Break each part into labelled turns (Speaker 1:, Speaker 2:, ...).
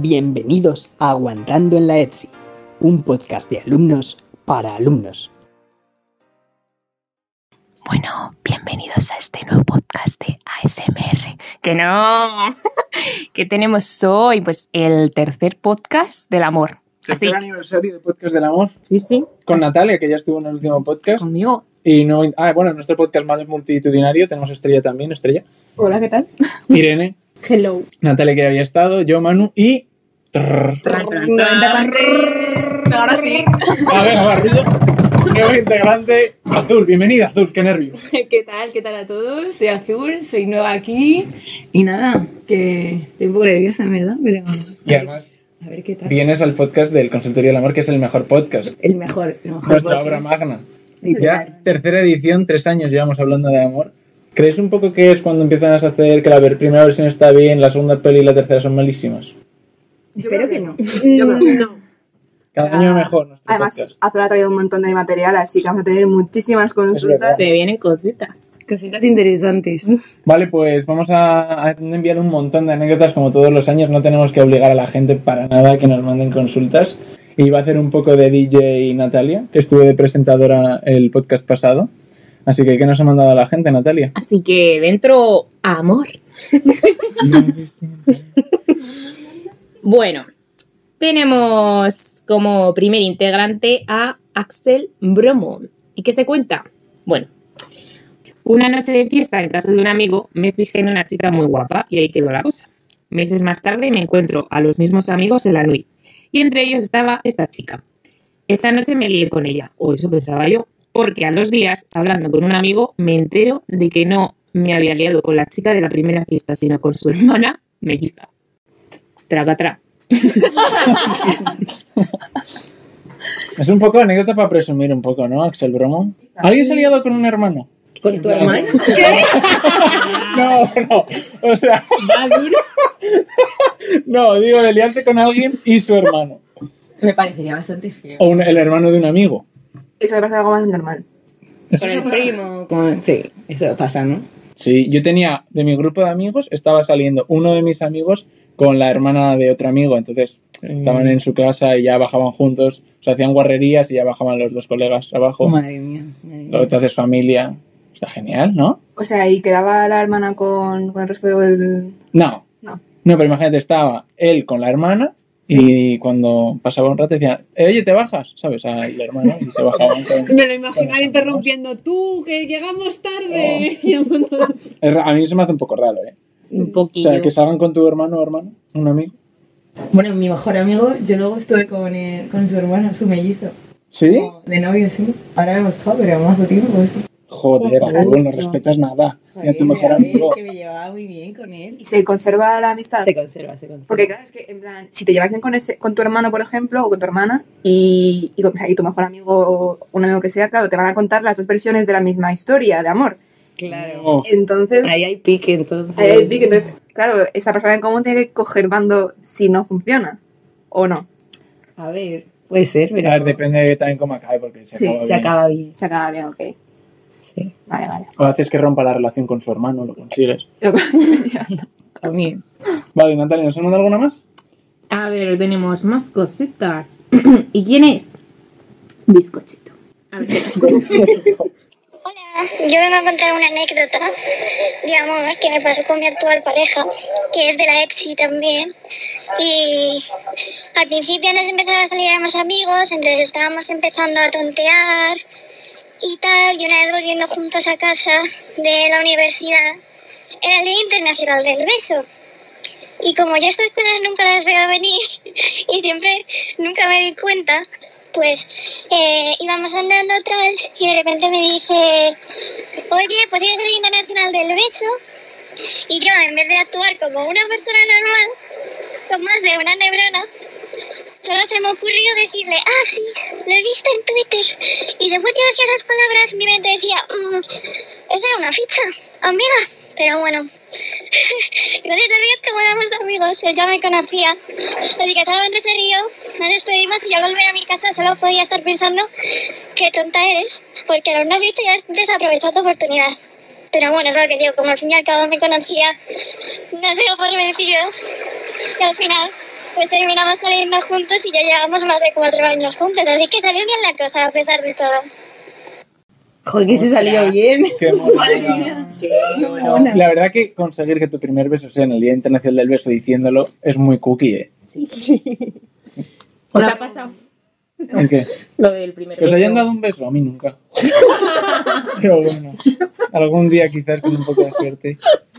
Speaker 1: Bienvenidos a Aguantando en la ETSI, un podcast de alumnos para alumnos.
Speaker 2: Bueno, bienvenidos a este nuevo podcast de ASMR. Que no, que tenemos hoy pues el tercer podcast del amor.
Speaker 3: Tercer
Speaker 2: Así.
Speaker 3: aniversario de Podcast del Amor
Speaker 2: Sí, sí,
Speaker 3: con Natalia, que ya estuvo en el último podcast.
Speaker 2: conmigo.
Speaker 3: Y no. Ah, bueno, en nuestro podcast más multitudinario tenemos a Estrella también, Estrella.
Speaker 4: Hola, ¿qué tal?
Speaker 3: Irene,
Speaker 4: Hello.
Speaker 3: Natalia que había estado, yo, Manu y. Trrr.
Speaker 4: Ahora sí.
Speaker 3: A ver, barrillo. Nuevo integrante, Azul. Bienvenida, Azul, qué nervio.
Speaker 5: ¿Qué tal? ¿Qué tal a todos? Soy Azul, soy nueva aquí. Y nada, que estoy un poco nerviosa, en verdad, pero.
Speaker 3: Y además,
Speaker 5: A ver qué tal.
Speaker 3: vienes al podcast del Consultorio del Amor, que es el mejor podcast.
Speaker 5: El mejor, el mejor.
Speaker 3: Nuestra
Speaker 5: podcast.
Speaker 3: obra magna. Ya, tercera edición, tres años llevamos hablando de amor. ¿Crees un poco que es cuando empiezas a hacer que la ver- primera versión está bien, la segunda peli y la tercera son malísimas?
Speaker 5: Espero que Mm, no.
Speaker 3: Cada año mejor. nuestro
Speaker 4: Además,
Speaker 3: podcast.
Speaker 4: Azul ha traído un montón de material, así que vamos a tener muchísimas
Speaker 3: verdad.
Speaker 4: consultas.
Speaker 5: Te vienen cositas. Cositas interesantes.
Speaker 3: Vale, pues vamos a a enviar un montón de anécdotas como todos los años. No tenemos que obligar a la gente para nada que nos manden consultas. Y va a hacer un poco de DJ Natalia, que estuve de presentadora el podcast pasado. Así que, ¿qué nos ha mandado la gente, Natalia?
Speaker 2: Así que dentro amor. Bueno, tenemos como primer integrante a Axel Bromo. ¿Y qué se cuenta? Bueno, una noche de fiesta en casa de un amigo me fijé en una chica muy guapa y ahí quedó la cosa. Meses más tarde me encuentro a los mismos amigos en la nuit y entre ellos estaba esta chica. Esa noche me lié con ella, o eso pensaba yo, porque a los días, hablando con un amigo, me entero de que no me había liado con la chica de la primera fiesta, sino con su hermana melliza. Traca, tra.
Speaker 3: Es un poco anécdota para presumir un poco, ¿no, Axel Bromo? ¿Alguien se ha liado con un hermano?
Speaker 5: ¿Con tu hermano?
Speaker 3: No, no. O sea, no, digo de liarse con alguien y su hermano.
Speaker 5: Me parecería bastante feo.
Speaker 3: O un- el hermano de un amigo.
Speaker 4: Eso me parece algo más normal.
Speaker 5: Con el primo. Con... Sí, eso pasa, ¿no?
Speaker 3: Sí, yo tenía de mi grupo de amigos, estaba saliendo uno de mis amigos con la hermana de otro amigo. Entonces
Speaker 5: Mm.
Speaker 3: estaban en su casa y ya bajaban juntos, o sea, hacían guarrerías y ya bajaban los dos colegas abajo.
Speaker 5: Madre mía. madre mía.
Speaker 3: Luego te haces familia. Está genial, ¿no?
Speaker 4: O sea, y quedaba la hermana con, con el resto del.
Speaker 3: No.
Speaker 4: No.
Speaker 3: pero imagínate, estaba él con la hermana. Y cuando pasaba un rato decía, "Eh, oye, te bajas, ¿sabes? A la hermana y se bajaban. con-
Speaker 6: Me lo imaginaba interrumpiendo tú, que llegamos tarde. Y un montón de-
Speaker 3: Oh. Es ra- A mí se me hace un poco raro, ¿eh?
Speaker 2: Un
Speaker 3: O
Speaker 2: poquillo.
Speaker 3: sea, que salgan con tu hermano o hermana, un amigo.
Speaker 7: Bueno, mi mejor amigo, yo luego estuve con, eh, con su hermano, su mellizo.
Speaker 3: ¿Sí?
Speaker 6: Oh.
Speaker 7: Como De novio, sí. Ahora lo hemos dejado, pero más de tiempo, sí.
Speaker 3: Joder, Raúl, no respetas nada. Ya tu mejor
Speaker 7: Joder,
Speaker 3: amigo.
Speaker 7: Que me llevaba muy bien con él.
Speaker 4: Y se conserva la amistad.
Speaker 8: Ah.
Speaker 5: Se conserva, se conserva.
Speaker 4: Porque claro, es que en plan, si te llevas bien con, ese, con tu hermano, por ejemplo, o con tu hermana, y, y, con- o sea, y tu mejor amigo o un amigo que sea, claro, te van a contar las dos versiones de la misma historia de amor.
Speaker 5: Claro.
Speaker 3: No.
Speaker 4: Entonces.
Speaker 5: Ahí hay pique, entonces.
Speaker 4: Ahí hay pique, entonces, claro, esa persona en común tiene que coger bando si no funciona. ¿O no?
Speaker 5: A ver, puede ser, pero.
Speaker 3: A ver, depende de también cómo acabe, porque se,
Speaker 4: Sí,
Speaker 3: acaba
Speaker 5: Se
Speaker 3: bien.
Speaker 5: acaba bien.
Speaker 4: Se acaba bien, ok.
Speaker 5: Sí.
Speaker 4: Vale, vale.
Speaker 3: O haces que rompa la relación con su hermano, lo consigues.
Speaker 4: Lo que- ya está.
Speaker 5: También.
Speaker 3: Vale, Natalia, ¿nos han mandado alguna más?
Speaker 2: A ver, tenemos más cositas. ¿Y quién es? Bizcochito. A ver,
Speaker 9: Hola, yo vengo a contar una anécdota de amor que me pasó con mi actual pareja, que es de la EPSI también. Y al principio antes de empezar a salir éramos amigos, entonces estábamos empezando a tontear y tal, y una vez volviendo juntos a casa de la universidad, era el Día Internacional del Beso. Y como yo estas cosas nunca las veo venir y siempre nunca me di cuenta, pues eh, íbamos andando tal y de repente me dice, oye, pues eres el internacional del beso. Y yo, en vez de actuar como una persona normal, con más de una neurona, solo se me ocurrió decirle, ah, sí, lo he visto en Twitter. Y después que decía esas palabras, mi mente decía, "Mm, esa era una ficha, amiga. Pero bueno, gracias a Dios que volamos amigos, él ya me conocía. Así que solamente se rió, nos despedimos y yo al volver a mi casa solo podía estar pensando qué tonta eres, porque era una ficha y has desaprovechado tu oportunidad. Pero bueno, es lo que digo, como al fin y al cabo me conocía, no se dio por vencido. Y al final Pues terminamos saliendo juntos y ya llevamos más de cuatro años juntos, así que salió bien la cosa a pesar de todo.
Speaker 8: Joder, que se salió bien.
Speaker 3: Qué mona.
Speaker 4: Qué
Speaker 8: mona.
Speaker 3: La verdad que conseguir que tu primer beso sea en el Día Internacional del Beso diciéndolo es muy cookie, ¿eh?
Speaker 10: ¿Os ha pasado
Speaker 3: ¿En qué?
Speaker 10: lo del primer
Speaker 3: Que os
Speaker 10: beso?
Speaker 3: hayan dado un beso, a mí nunca. Pero bueno, algún día quizás con un poco de suerte.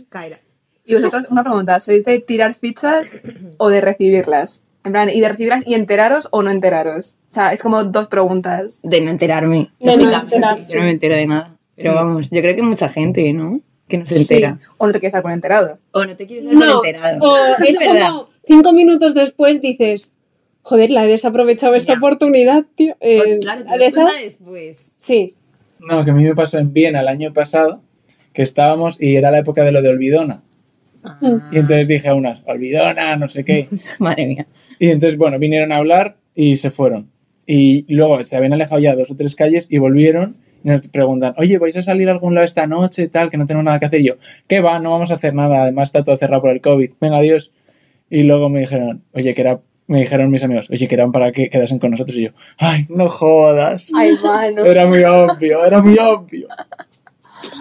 Speaker 10: Caerá.
Speaker 4: Y vosotros, una pregunta, ¿sois de tirar fichas o de recibirlas? En plan, ¿y de recibirlas y enteraros o no enteraros? O sea, es como dos preguntas.
Speaker 8: De no enterarme. Mm.
Speaker 10: No,
Speaker 8: Yo
Speaker 10: de no
Speaker 8: francamente,
Speaker 10: enterarse.
Speaker 8: Yo no me entero de nada. Pero vamos, yo creo que mucha gente, ¿no? Que no se entera.
Speaker 4: O no te quieres dar por enterado.
Speaker 8: O no Oh, te quieres dar por
Speaker 11: No,
Speaker 8: enterado.
Speaker 11: o
Speaker 8: Sí,
Speaker 11: es
Speaker 8: es verdad.
Speaker 11: como cinco minutos después dices, joder, la he desaprovechado esta
Speaker 8: Ya.
Speaker 11: oportunidad, tío. Eh,
Speaker 8: Pues claro,
Speaker 11: ¿la
Speaker 8: te das
Speaker 11: esa?
Speaker 8: cuenta después.
Speaker 11: Sí.
Speaker 3: No, que a mí me pasó en Viena el año pasado, que estábamos y era la época de lo de Olvidona.
Speaker 8: Ah.
Speaker 3: Y entonces dije a unas, Olvidona, no sé qué.
Speaker 8: Madre mía.
Speaker 3: Y entonces, bueno, vinieron a hablar y se fueron. Y luego se habían alejado ya dos o tres calles y volvieron y nos preguntan, oye, ¿vais a salir a algún lado esta noche, tal, que no tenemos nada que hacer? Y yo, ¿qué va? No vamos a hacer nada, además está todo cerrado por el COVID, venga, adiós. Y luego me dijeron, oye, que era... Me dijeron mis amigos, oye, que eran para que quedasen con nosotros. Y yo, ay, no jodas.
Speaker 4: Ay, mano.
Speaker 3: Era muy obvio, era muy obvio.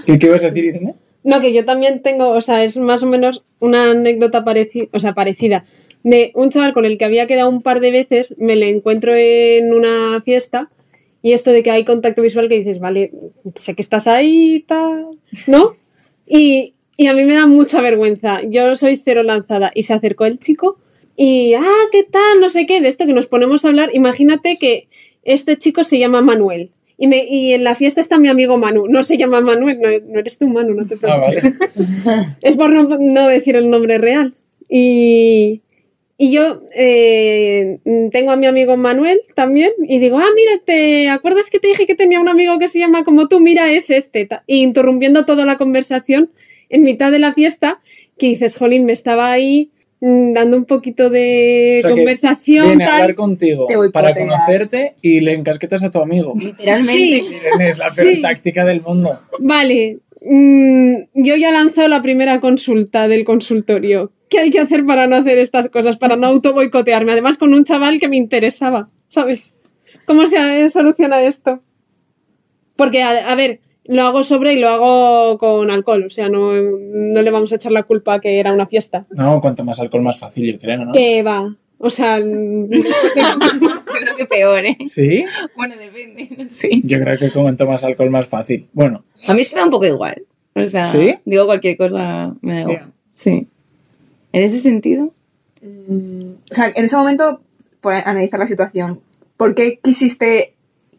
Speaker 3: ¿Qué, qué ibas a decir, Irene?
Speaker 11: No, que yo también tengo, o sea, es más o menos una anécdota parecida, o sea, parecida. De un chaval con el que había quedado un par de veces, me le encuentro en una fiesta y esto de que hay contacto visual que dices, vale, sé que estás ahí, tal, ¿no? Y, y a mí me da mucha vergüenza. Yo soy cero lanzada y se acercó el chico y, ah, ¿qué tal? No sé qué, de esto que nos ponemos a hablar. Imagínate que este chico se llama Manuel. Y, me, y en la fiesta está mi amigo Manu. No se llama Manuel, no, no eres tú Manu, no te preocupes.
Speaker 3: Ah, vale.
Speaker 11: Es por no, no decir el nombre real. Y, y yo eh, tengo a mi amigo Manuel también y digo, ah, mira, ¿te acuerdas que te dije que tenía un amigo que se llama como tú? Mira, es este. ta- Y interrumpiendo toda la conversación en mitad de la fiesta, que dices, jolín, me estaba ahí mm, dando un poquito de
Speaker 3: O sea que
Speaker 11: conversación,
Speaker 3: Viene a
Speaker 11: tal.
Speaker 3: hablar contigo
Speaker 4: Te voy
Speaker 3: para
Speaker 4: poteas.
Speaker 3: conocerte y le encasquetas a tu amigo.
Speaker 8: Literalmente.
Speaker 11: Sí,
Speaker 3: Irene, es la
Speaker 11: Sí.
Speaker 3: peor táctica del mundo.
Speaker 11: vale. mm, yo ya he lanzado la primera consulta del consultorio. ¿Qué hay que hacer para no hacer estas cosas? Para no auto boicotearme. Además, con un chaval que me interesaba, ¿sabes? ¿Cómo se eh, soluciona esto? Porque, a, a ver, lo hago sobre y lo hago con alcohol. O sea, no, no le vamos a echar la culpa a que era una fiesta.
Speaker 3: No, cuanto más alcohol, más fácil, yo creo, ¿no?
Speaker 11: Que va. O sea, mm,
Speaker 8: Yo creo que peor, ¿eh?
Speaker 3: ¿Sí?
Speaker 8: Bueno, depende. no sé.
Speaker 3: Yo creo que cuanto más alcohol, más fácil. Bueno,
Speaker 8: A mí es que me da un poco igual. O sea,
Speaker 3: ¿Sí?
Speaker 8: digo cualquier cosa, me da igual.
Speaker 3: Ya.
Speaker 8: Sí. En ese sentido,
Speaker 4: Mm, o sea, en ese momento, por analizar la situación, ¿por qué quisiste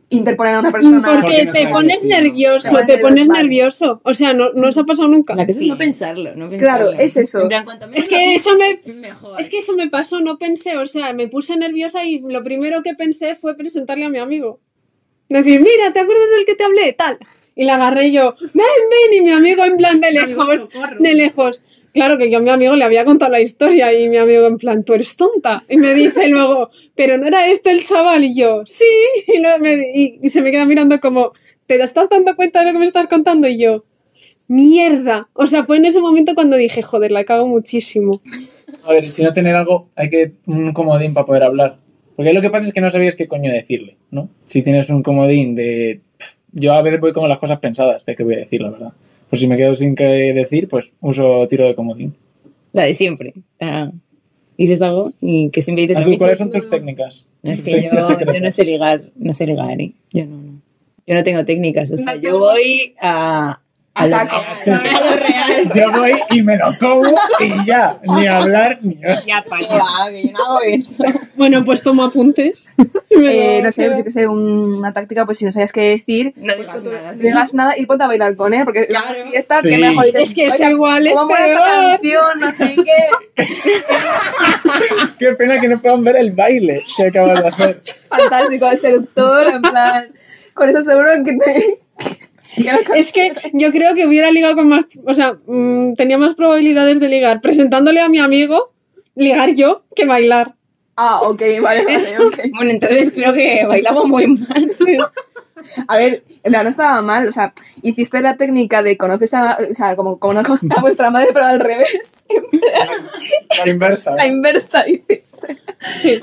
Speaker 4: interponer a una persona?
Speaker 3: Porque
Speaker 11: porque
Speaker 3: no
Speaker 11: te
Speaker 3: sabe
Speaker 11: pones
Speaker 3: decir, ¿no?
Speaker 11: nervioso,
Speaker 4: Claro.
Speaker 11: te pones
Speaker 4: Vale.
Speaker 11: nervioso. O sea, no, no os ha pasado nunca.
Speaker 8: la cosa
Speaker 7: Sí.
Speaker 8: es no pensarlo, no
Speaker 4: Claro,
Speaker 8: pensarlo.
Speaker 4: es eso.
Speaker 8: En plan, cuanto menos
Speaker 11: Es que eso me,
Speaker 8: lo- mejor.
Speaker 11: Es que eso me pasó, no pensé, o sea, me puse nerviosa y lo primero que pensé fue presentarle a mi amigo. Decir, mira, ¿te acuerdas del que te hablé? Tal. Y la agarré yo, ven, ven, y mi amigo en plan de lejos, de lejos. Claro que yo a mi amigo le había contado la historia y mi amigo en plan, tú eres tonta. Y me dice luego, pero no era este el chaval. Y yo, sí. Y, luego me- y- y se me queda mirando como, ¿te estás dando cuenta de lo que me estás contando? Y yo, mierda. O sea, fue en ese momento cuando dije, joder, la cago muchísimo.
Speaker 3: a ver, si no tener algo, hay que un comodín para poder hablar. Porque lo que pasa es que no sabías qué coño decirle, ¿no? Si tienes un comodín de... Yo a veces voy con las cosas pensadas de qué voy a decir, la verdad. Pues si me quedo sin qué decir, pues uso tiro de comodín.
Speaker 8: La de siempre. La- dices algo y que siempre dices lo
Speaker 3: Azul,
Speaker 8: mismo.
Speaker 3: ¿Cuáles son tus técnicas?
Speaker 8: Es
Speaker 3: Tus
Speaker 8: que yo,
Speaker 3: técnicas secretas.
Speaker 8: yo no sé ligar, no sé ligar, ¿eh? Yo no, no. Yo no tengo técnicas, o sea, yo voy a...
Speaker 4: A
Speaker 8: lo
Speaker 4: saco.
Speaker 8: real.
Speaker 3: Sí. Yo voy y me lo como y ya. Ni hablar ni
Speaker 10: Ya,
Speaker 8: Que
Speaker 10: para.
Speaker 8: va, que yo no hago esto.
Speaker 11: Bueno, pues tomo apuntes.
Speaker 4: Eh, no sé, yo qué sé, una táctica, pues si no sabías qué decir,
Speaker 8: No digas nada.
Speaker 4: no
Speaker 8: sí.
Speaker 4: digas nada y ponte a bailar con él, porque es
Speaker 8: Claro.
Speaker 4: una fiesta
Speaker 3: Sí.
Speaker 4: que mejor dices,
Speaker 11: Es que es
Speaker 4: "Oye,
Speaker 11: igual
Speaker 4: ¿cómo mola
Speaker 11: este
Speaker 4: esta
Speaker 11: bar".
Speaker 4: canción? No sé qué,
Speaker 3: Qué pena que no puedan ver el baile que acabas de hacer.
Speaker 4: fantástico, el seductor, en plan, con eso seguro que te... que lo
Speaker 11: Es que yo creo que hubiera ligado con más. O sea, mm, tenía más probabilidades de ligar presentándole a mi amigo, ligar yo, que bailar.
Speaker 4: Ah, ok, vale, vale, ok.
Speaker 8: Bueno, entonces creo que bailamos muy mal.
Speaker 4: A ver, en verdad no estaba mal, o sea, hiciste la técnica de conoces a, o sea, como, como no conoces a vuestra madre, pero al revés,
Speaker 3: La inversa.
Speaker 4: la inversa, dices.
Speaker 11: Sí.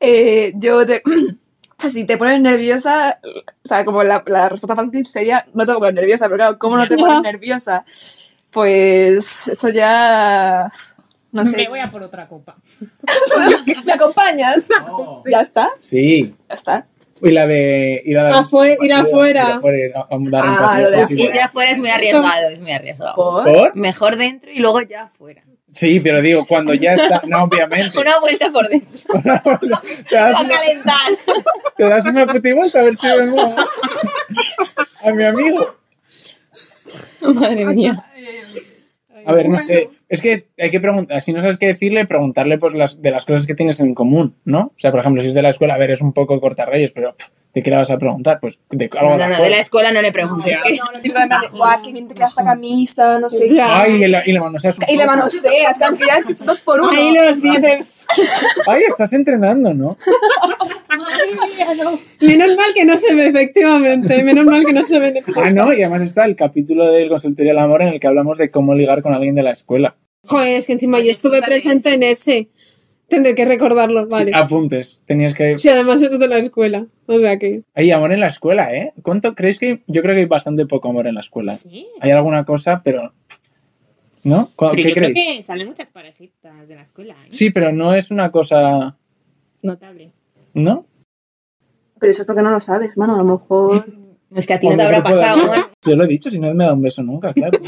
Speaker 4: Eh, yo te... O sea, si te pones nerviosa, o sea, como la, la respuesta fácil sería, no tengo que poner nerviosa, pero claro, ¿cómo no te pones
Speaker 11: Ya.
Speaker 4: nerviosa? Pues eso ya... No sé.
Speaker 12: Me voy a por otra copa.
Speaker 4: ¿Me acompañas? Ya está,
Speaker 3: Sí.
Speaker 4: ya está.
Speaker 3: Y la de ir a dar un
Speaker 11: Afue- ir
Speaker 3: paseo,
Speaker 11: afuera.
Speaker 3: ir afuera, ir a- a dar un
Speaker 4: Ah,
Speaker 3: paseo,
Speaker 4: lo de
Speaker 3: sí, sí.
Speaker 4: afuera.
Speaker 5: Ir afuera es muy arriesgado, es muy arriesgado.
Speaker 4: Por-
Speaker 3: ¿Por?
Speaker 5: Mejor dentro y luego ya afuera.
Speaker 3: Sí, pero digo, cuando ya está. No, obviamente.
Speaker 5: Una vuelta por dentro.
Speaker 3: Te das
Speaker 5: A
Speaker 3: una,
Speaker 5: calentar.
Speaker 3: te das una puta vuelta a ver si vengo a- a mi amigo.
Speaker 12: Madre mía.
Speaker 3: A ver, no sé. Es que es- hay que preguntar, si no sabes qué decirle, preguntarle pues las, de las cosas que tienes en común, ¿no? O sea, por ejemplo, si es de la escuela, a ver, es un poco cortarreyes, pero pff, ¿de qué le vas a preguntar? Pues de algo
Speaker 5: No,
Speaker 3: de
Speaker 5: no, no,
Speaker 3: alcohol.
Speaker 5: de la escuela no le preguntes. que-
Speaker 4: No, no, tipo de plan de, guau, qué bien te queda esta camisa, no sé qué.
Speaker 3: Ay, y le, y le manoseas un
Speaker 4: Y le
Speaker 3: poco.
Speaker 4: manoseas, claro, que ya es que son dos por uno.
Speaker 11: Ahí los bíceps.
Speaker 3: Ay, estás entrenando, ¿no?
Speaker 11: Menos mal que no se ve, efectivamente. Menos mal que no se ve.
Speaker 3: Ah, no, y además está el capítulo del consultorio del amor en el que hablamos de cómo ligar con alguien de la escuela.
Speaker 11: Joder, es que encima
Speaker 4: Pues
Speaker 11: yo estuve presente en ese. Tendré que recordarlo, vale.
Speaker 3: Sí, apuntes, tenías que...
Speaker 11: Sí, además eres de la escuela. O sea que.
Speaker 3: Hay amor en la escuela, ¿eh? ¿Cuánto creéis que...? Yo creo que hay bastante poco amor en la escuela.
Speaker 10: Sí.
Speaker 3: Hay alguna cosa, pero... ¿No? ¿Cu-
Speaker 10: Pero
Speaker 3: ¿Qué
Speaker 10: yo creo
Speaker 3: creéis?
Speaker 10: que salen muchas parejitas de la escuela. ¿eh?
Speaker 3: Sí, pero no es una cosa...
Speaker 10: Notable.
Speaker 3: ¿No?
Speaker 4: Pero eso es porque no lo sabes, mano, a lo mejor.
Speaker 5: Es que a ti no
Speaker 3: Hombre,
Speaker 5: te habrá
Speaker 3: no puedo
Speaker 5: pasado
Speaker 3: hablar. Yo lo he dicho, si no me da un beso nunca, claro.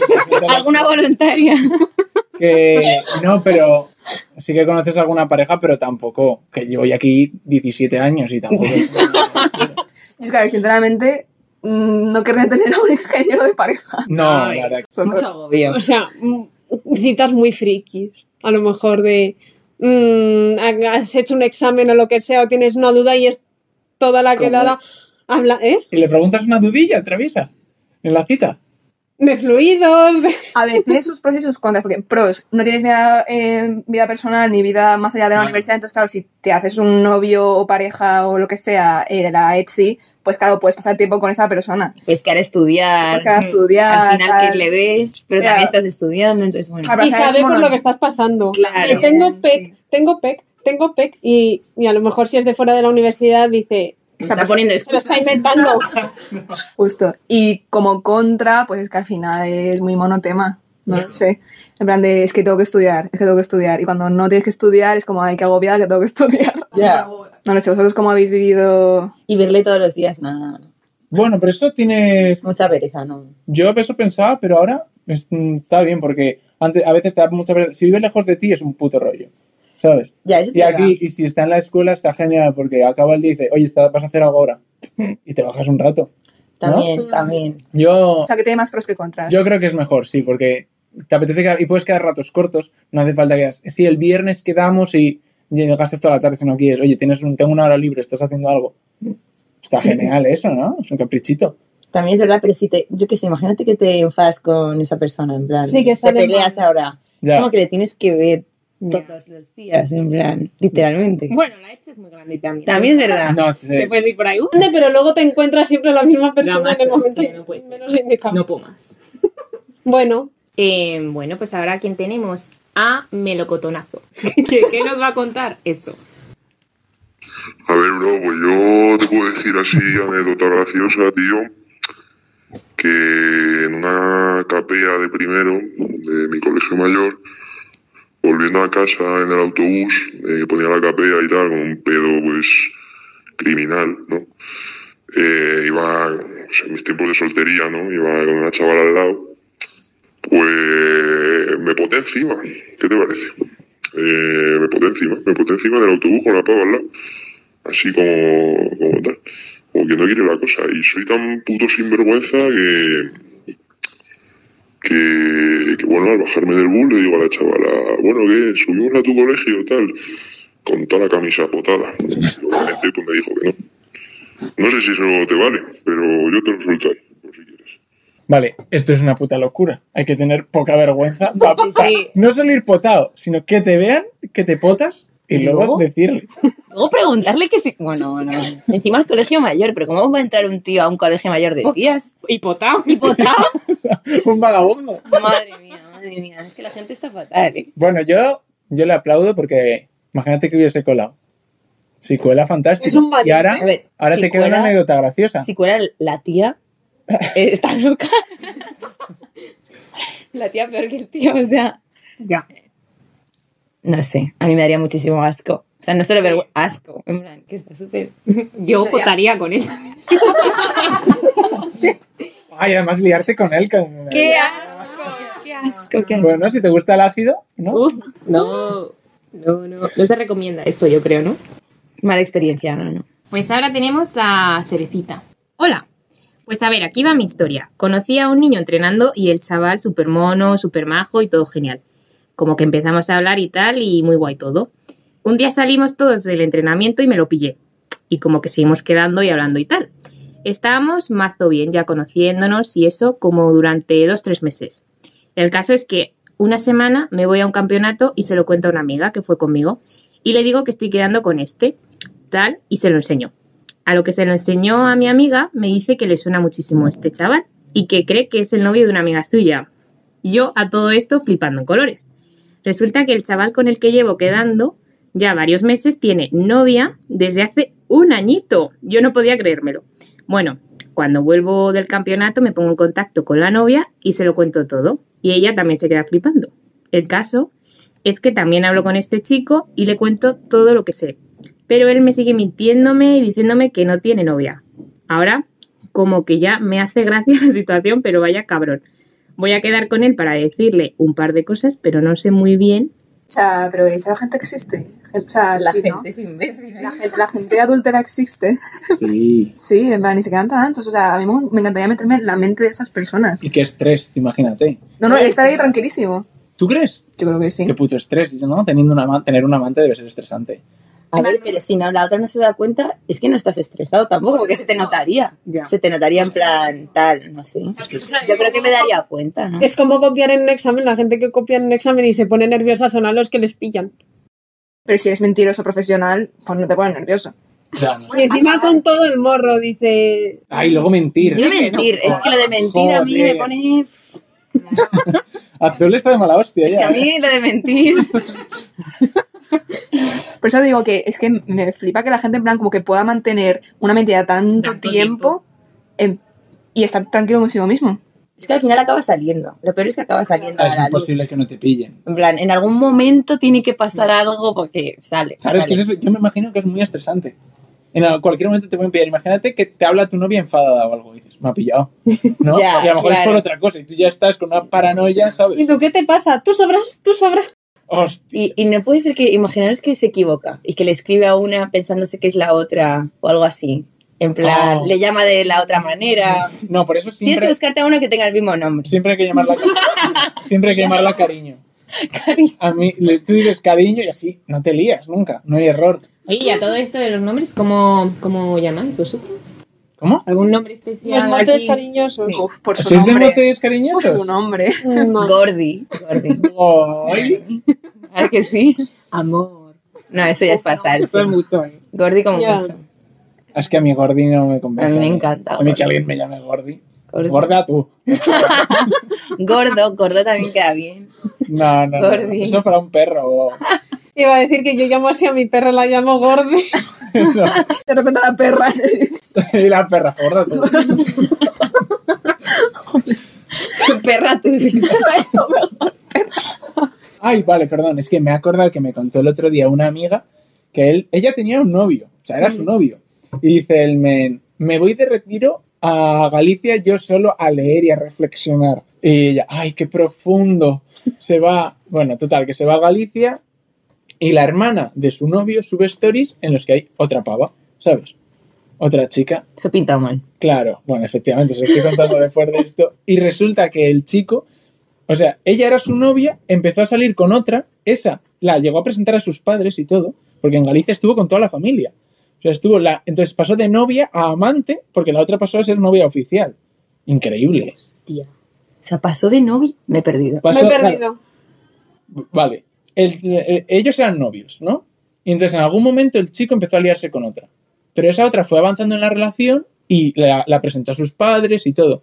Speaker 5: alguna voluntaria.
Speaker 3: que no, pero sí que conoces alguna pareja, pero tampoco, que llevo ya aquí 17 años y tampoco. es-
Speaker 4: Yo es que, a ver, sinceramente, mm, no querría tener a un ingeniero de pareja.
Speaker 3: No,
Speaker 10: Ay.
Speaker 3: la verdad.
Speaker 4: Son-
Speaker 5: Mucho agobio.
Speaker 11: O sea, mm, citas muy frikis. A lo mejor de. mm, ha- has hecho un examen o lo que sea, o tienes una duda y es toda la
Speaker 3: ¿Cómo?
Speaker 11: quedada. Habla, ¿eh?
Speaker 3: Y le preguntas una dudilla, atraviesa, en la cita.
Speaker 11: De fluidos. de-
Speaker 4: A ver, tiene sus pros y sus contras, porque pros, no tienes vida, eh, vida personal ni vida más allá de la
Speaker 3: Claro.
Speaker 4: universidad, entonces, claro, si te haces un novio o pareja o lo que sea eh, de la Etsy, pues claro, puedes pasar tiempo con esa persona.
Speaker 5: Pues que ahora estudiar.
Speaker 4: Porque a estudiar.
Speaker 5: Al final
Speaker 4: tal.
Speaker 5: que le ves, pero
Speaker 4: Ya.
Speaker 5: también estás estudiando, entonces bueno.
Speaker 4: Ah, pero
Speaker 11: Y
Speaker 4: sabes
Speaker 11: sabe por
Speaker 4: mono-
Speaker 11: lo que estás pasando.
Speaker 5: Claro.
Speaker 11: Y tengo
Speaker 4: Sí.
Speaker 11: PEC, tengo PEC, tengo PEC. Y, y a lo mejor si es de fuera de la universidad dice.
Speaker 5: Está,
Speaker 4: Está
Speaker 5: poniendo
Speaker 11: Se lo
Speaker 5: excusas.
Speaker 11: está inventando.
Speaker 4: Justo. Y como contra, pues es que al final es muy monotema. No lo sé. En plan de, es que tengo que estudiar, es que tengo que estudiar. Y cuando no tienes que estudiar, es como, hay que agobiar, que tengo que estudiar. No lo sé, vosotros cómo habéis vivido.
Speaker 12: Y verle todos los días, nada.
Speaker 3: Bueno, pero eso tienes.
Speaker 12: Mucha pereza, ¿no?
Speaker 3: Yo a eso pensaba, pero ahora es- mm, está bien, porque antes, a veces te da mucha vergüenza. Si vive lejos de ti es un puto rollo, ¿sabes?
Speaker 12: Ya, eso es
Speaker 3: Y aquí, y si está en la escuela, está genial, porque acaba el día y dice, oye, está- vas a hacer algo ahora. Y te bajas un rato.
Speaker 12: También,
Speaker 11: ¿no?
Speaker 12: también.
Speaker 3: Yo.
Speaker 4: O sea, que tiene más pros que contras.
Speaker 3: Yo creo que es mejor, sí, porque te apetece quedar, y puedes quedar ratos cortos, no hace falta que hagas. Si el viernes quedamos y llegaste toda la tarde si no quieres, oye, tienes un, tengo una hora libre, estás haciendo algo. Está genial eso, ¿no? Es un caprichito.
Speaker 12: También es verdad, pero si te, yo qué sé, imagínate que te enfadas con esa persona, en plan.
Speaker 11: Sí, que
Speaker 12: te
Speaker 11: sale
Speaker 12: peleas ahora. Es
Speaker 3: Ya.
Speaker 12: como que le tienes que ver
Speaker 10: Ya.
Speaker 12: todos los días, en plan, literalmente.
Speaker 10: Bueno, la Etsy es muy grande también.
Speaker 5: También es verdad.
Speaker 3: No, sí.
Speaker 10: Te puedes ir por ahí. uh,
Speaker 11: grande, pero luego te encuentras siempre la misma persona
Speaker 10: macho,
Speaker 11: en el momento
Speaker 10: sí, no puede ser.
Speaker 11: menos indicado.
Speaker 10: No puedo más.
Speaker 11: Bueno,
Speaker 10: Eh, bueno, pues ahora quién tenemos a Melocotonazo. ¿Qué, qué nos va a contar esto?
Speaker 9: A ver, bro, pues yo te puedo decir así, anécdota graciosa, tío, que en una capea de primero de mi colegio mayor, volviendo a casa en el autobús, eh, ponía la capea y tal, con un pedo, pues, criminal, ¿no? Eh, iba, pues, en mis tiempos de soltería, ¿no? Iba con una chavala al lado, pues, me poté encima, ¿qué te parece? Eh, me poté encima, me poté encima del autobús con la pava al lado así como, como tal, como que no quiere la cosa. Y soy tan puto sinvergüenza que, que, que, bueno, al bajarme del bus le digo a la chavala, bueno, ¿qué? ¿Subimos a tu colegio tal? Con toda la camisa potada. Y Obviamente, pues me dijo que no. No sé si eso te vale, pero yo te lo suelto ahí, por si quieres.
Speaker 3: Vale, esto es una puta locura. Hay que tener poca vergüenza. pa-
Speaker 5: Sí, sí.
Speaker 3: pa- No solo ir potado, sino que te vean, que te potas Y luego
Speaker 5: luego?
Speaker 3: decirle.
Speaker 5: Luego preguntarle que si. Bueno, bueno. Encima el colegio mayor, pero ¿cómo va a entrar un tío a un colegio mayor de tías?
Speaker 10: Hipotado.
Speaker 5: Hipotado.
Speaker 3: un vagabundo.
Speaker 5: madre mía, madre mía. Es que la gente está fatal, ¿eh?
Speaker 3: Bueno, yo, yo le aplaudo porque imagínate que hubiese colado. Si cuela, fantástico.
Speaker 11: Es un valiente.
Speaker 3: Y ahora,
Speaker 5: A ver,
Speaker 3: ahora
Speaker 5: si
Speaker 3: te queda
Speaker 5: cuela-
Speaker 3: una anécdota graciosa.
Speaker 5: Si fuera la tía, eh, está loca. la tía peor que el tío, o sea.
Speaker 10: Ya.
Speaker 5: No sé, a mí me daría muchísimo asco. O sea, no solo vergüenza, asco. En plan, que está súper.
Speaker 10: Yo votaría con él.
Speaker 3: Ay, además liarte con él. con- eh,
Speaker 5: ¡Qué asco! ¡Qué asco! ¡Qué asco!
Speaker 3: Bueno, si te gusta el ácido, ¿no?
Speaker 10: Uf, no. No, no. No se recomienda esto, yo creo, ¿no?
Speaker 5: Mala experiencia, no, no.
Speaker 10: Pues ahora tenemos a Cerecita. Hola. Pues a ver, aquí va mi historia. Conocí a un niño entrenando y el chaval súper mono, súper majo y todo genial. Como que empezamos a hablar y tal y muy guay todo. Un día salimos todos del entrenamiento y me lo pillé. Y como que seguimos quedando y hablando y tal. Estábamos mazo bien, ya conociéndonos y eso como durante dos, tres meses. El caso es que una semana me voy a un campeonato y se lo cuento a una amiga que fue conmigo y le digo que estoy quedando con este, tal, y se lo enseño. A lo que se lo enseñó a mi amiga me dice que le suena muchísimo este chaval y que cree que es el novio de una amiga suya. Yo a todo esto flipando en colores. Resulta que el chaval con el que llevo quedando ya varios meses tiene novia desde hace un añito. Yo no podía creérmelo. Bueno, cuando vuelvo del campeonato me pongo en contacto con la novia y se lo cuento todo. Y ella también se queda flipando. El caso es que también hablo con este chico y le cuento todo lo que sé. Pero él me sigue mintiéndome y diciéndome que no tiene novia. Ahora, como que ya me hace gracia la situación, pero vaya cabrón. Voy a quedar con él para decirle un par de cosas, pero no sé muy bien.
Speaker 4: O sea, pero esa gente existe. O sea,
Speaker 5: La
Speaker 4: Pues sí,
Speaker 5: gente
Speaker 4: ¿no?
Speaker 5: es imbécil. ¿eh?
Speaker 4: La gente, la gente adúltera existe.
Speaker 3: Sí.
Speaker 4: Sí, en plan, ni se quedan tan anchos. O sea, a mí me me encantaría meterme en la mente de esas personas.
Speaker 3: Y qué estrés, imagínate.
Speaker 4: No, no, estar ahí tranquilísimo.
Speaker 3: ¿Tú crees?
Speaker 4: Yo creo que sí.
Speaker 3: Qué puto estrés, ¿no? Teniendo una, ama- tener un amante debe ser estresante.
Speaker 5: A ver, pero si no, la otra no se da cuenta, es que no estás estresado tampoco, porque se te notaría.
Speaker 10: Ya.
Speaker 5: Se te notaría en plan tal, no sé. Yo creo que me daría cuenta, ¿no?
Speaker 11: Es como copiar en un examen, la gente que copia en un examen y se pone nerviosa son a los que les pillan.
Speaker 4: Pero si eres mentiroso profesional, pues no te pones nervioso.
Speaker 3: Ya, no.
Speaker 11: Y encima con todo el morro, dice.
Speaker 3: Ay, luego mentir.
Speaker 5: Yo mentir, es que lo de mentir a mí me
Speaker 3: Joder.
Speaker 5: pone.
Speaker 3: Azul está de mala hostia
Speaker 5: Que
Speaker 3: ya. eh.
Speaker 5: a mí lo de mentir.
Speaker 4: Por eso digo que es que me flipa que la gente, en plan, como que pueda mantener una mentira tanto,
Speaker 10: Tanto
Speaker 4: tiempo, en- y estar tranquilo consigo mismo.
Speaker 5: Es que al final acaba saliendo. Lo peor es que acaba saliendo a
Speaker 3: Ah, Es
Speaker 5: la luz.
Speaker 3: imposible que no te pillen.
Speaker 5: En plan, en algún momento tiene que pasar algo porque sale.
Speaker 3: Claro, es que
Speaker 5: sale.
Speaker 3: eso- yo me imagino que es muy estresante. En al- cualquier momento te pueden pillar. Imagínate que te habla tu novia enfadada o algo y dices, me ha pillado. ¿No?
Speaker 5: Ya,
Speaker 3: y a lo mejor es por
Speaker 5: claro.
Speaker 3: otra cosa y tú ya estás con una paranoia,
Speaker 11: ¿Y
Speaker 3: ¿sabes?
Speaker 11: tú qué te pasa? Tú sabrás, tú sabrás.
Speaker 3: Hostia.
Speaker 5: Y, y no puede ser que, imaginaros que se equivoca y que le escribe a una pensándose que es la otra o algo así. En plan,
Speaker 3: Oh.
Speaker 5: le llama de la otra manera.
Speaker 3: No, por eso
Speaker 5: Tienes que
Speaker 3: siempre,
Speaker 5: buscarte a uno que tenga el mismo nombre.
Speaker 3: siempre hay que llamarla siempre hay que llamarla cariño.
Speaker 5: Cariño.
Speaker 3: A mí, le- tú dices cariño y así, no te lías nunca, no hay error.
Speaker 10: Oye, y a todo esto de los nombres, ¿cómo, cómo llamáis vosotros?
Speaker 3: ¿Cómo?
Speaker 10: ¿Algún nombre especial?
Speaker 11: Los motes
Speaker 10: aquí?
Speaker 11: cariñosos.
Speaker 4: Uf, por su
Speaker 3: ¿Sois de
Speaker 4: nombre.
Speaker 3: motes
Speaker 4: Por su
Speaker 3: cariñosos?
Speaker 4: nombre.
Speaker 11: No.
Speaker 5: Gordi. Gordi.
Speaker 3: Ay,
Speaker 5: Claro que sí.
Speaker 10: Amor.
Speaker 5: No, eso ya es pasar.
Speaker 10: Eso
Speaker 3: Pues
Speaker 10: es mucho. ¿eh?
Speaker 5: Gordi como
Speaker 11: Ya.
Speaker 5: mucho.
Speaker 3: Es que a mí Gordi no me convence.
Speaker 5: A mí me encanta.
Speaker 3: A mí
Speaker 5: Gordi.
Speaker 3: que alguien me llame Gordi.
Speaker 5: Gordi.
Speaker 3: Gorda tú.
Speaker 5: Gordo, gordo también queda bien.
Speaker 3: No, no, no.
Speaker 5: Gordi.
Speaker 3: Eso para un perro. o-
Speaker 11: Iba a decir que yo llamo así a mi perra, la llamo Gordi.
Speaker 3: No.
Speaker 4: De repente la perra.
Speaker 3: Y la perra gorda tú.
Speaker 5: Perra tú sí.
Speaker 4: Eso,
Speaker 3: Ay, vale, perdón, es que me he acordado que me contó el otro día una amiga que él, ella tenía un novio, o sea, era su novio. Y dice el men, me voy de retiro a Galicia yo solo a leer y a reflexionar. Y ella, ay, qué profundo. Se va, bueno, total, que se va a Galicia y la hermana de su novio sube stories en los que hay otra pava, ¿sabes? Otra chica.
Speaker 5: Eso pinta mal.
Speaker 3: Claro, bueno, efectivamente, se lo estoy contando después de esto. Y resulta que el chico, o sea, ella era su novia, empezó a salir con otra, esa la llegó a presentar a sus padres y todo, porque en Galicia estuvo con toda la familia. O sea, estuvo la, entonces pasó de novia a amante, porque la otra pasó a ser novia oficial. Increíble.
Speaker 5: O sea, pasó de novio. Me he perdido.
Speaker 11: Me
Speaker 3: Pasó-
Speaker 11: he perdido.
Speaker 3: Vale, el- el- ellos eran eh, novios, ¿no? Y entonces en algún momento el chico empezó a liarse con otra. Pero esa otra fue avanzando en la relación y la, la presentó a sus padres y todo.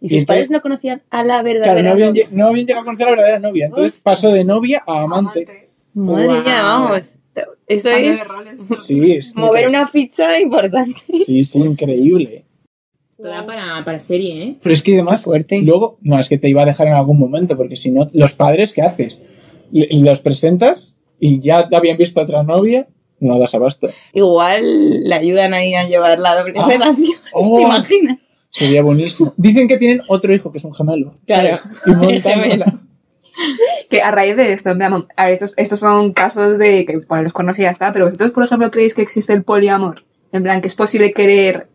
Speaker 5: Y sus
Speaker 3: entonces-
Speaker 5: padres no conocían a la verdadera.
Speaker 3: Claro, no habían,
Speaker 5: novia.
Speaker 3: lle- no habían llegado a conocer a la verdadera novia. Entonces pasó de novia a amante.
Speaker 5: Madre
Speaker 3: Guau.
Speaker 5: mía, vamos. Esto
Speaker 3: Cambio de
Speaker 5: es
Speaker 3: Sí, es
Speaker 5: mover
Speaker 3: increíble.
Speaker 5: una ficha importante.
Speaker 3: Sí, sí, increíble.
Speaker 10: Esto da para, para serie, ¿eh?
Speaker 3: Pero es que además, luego, no, es que te iba a dejar en algún momento, porque si no, los padres, ¿qué haces? Le- Los presentas y ya te habían visto a otra novia, no das abasto.
Speaker 5: Igual le ayudan ahí a llevar la doble
Speaker 3: Ah.
Speaker 5: relación.
Speaker 3: Oh.
Speaker 5: ¿Te imaginas?
Speaker 3: Sería buenísimo. Dicen que tienen otro hijo que es un gemelo.
Speaker 5: Claro.
Speaker 3: Y montan-
Speaker 4: Que a raíz de esto, en plan, a ver, estos, estos son casos de que bueno, los conocí y ya está, pero vosotros, por ejemplo, creéis que existe el poliamor. En plan, que es posible querer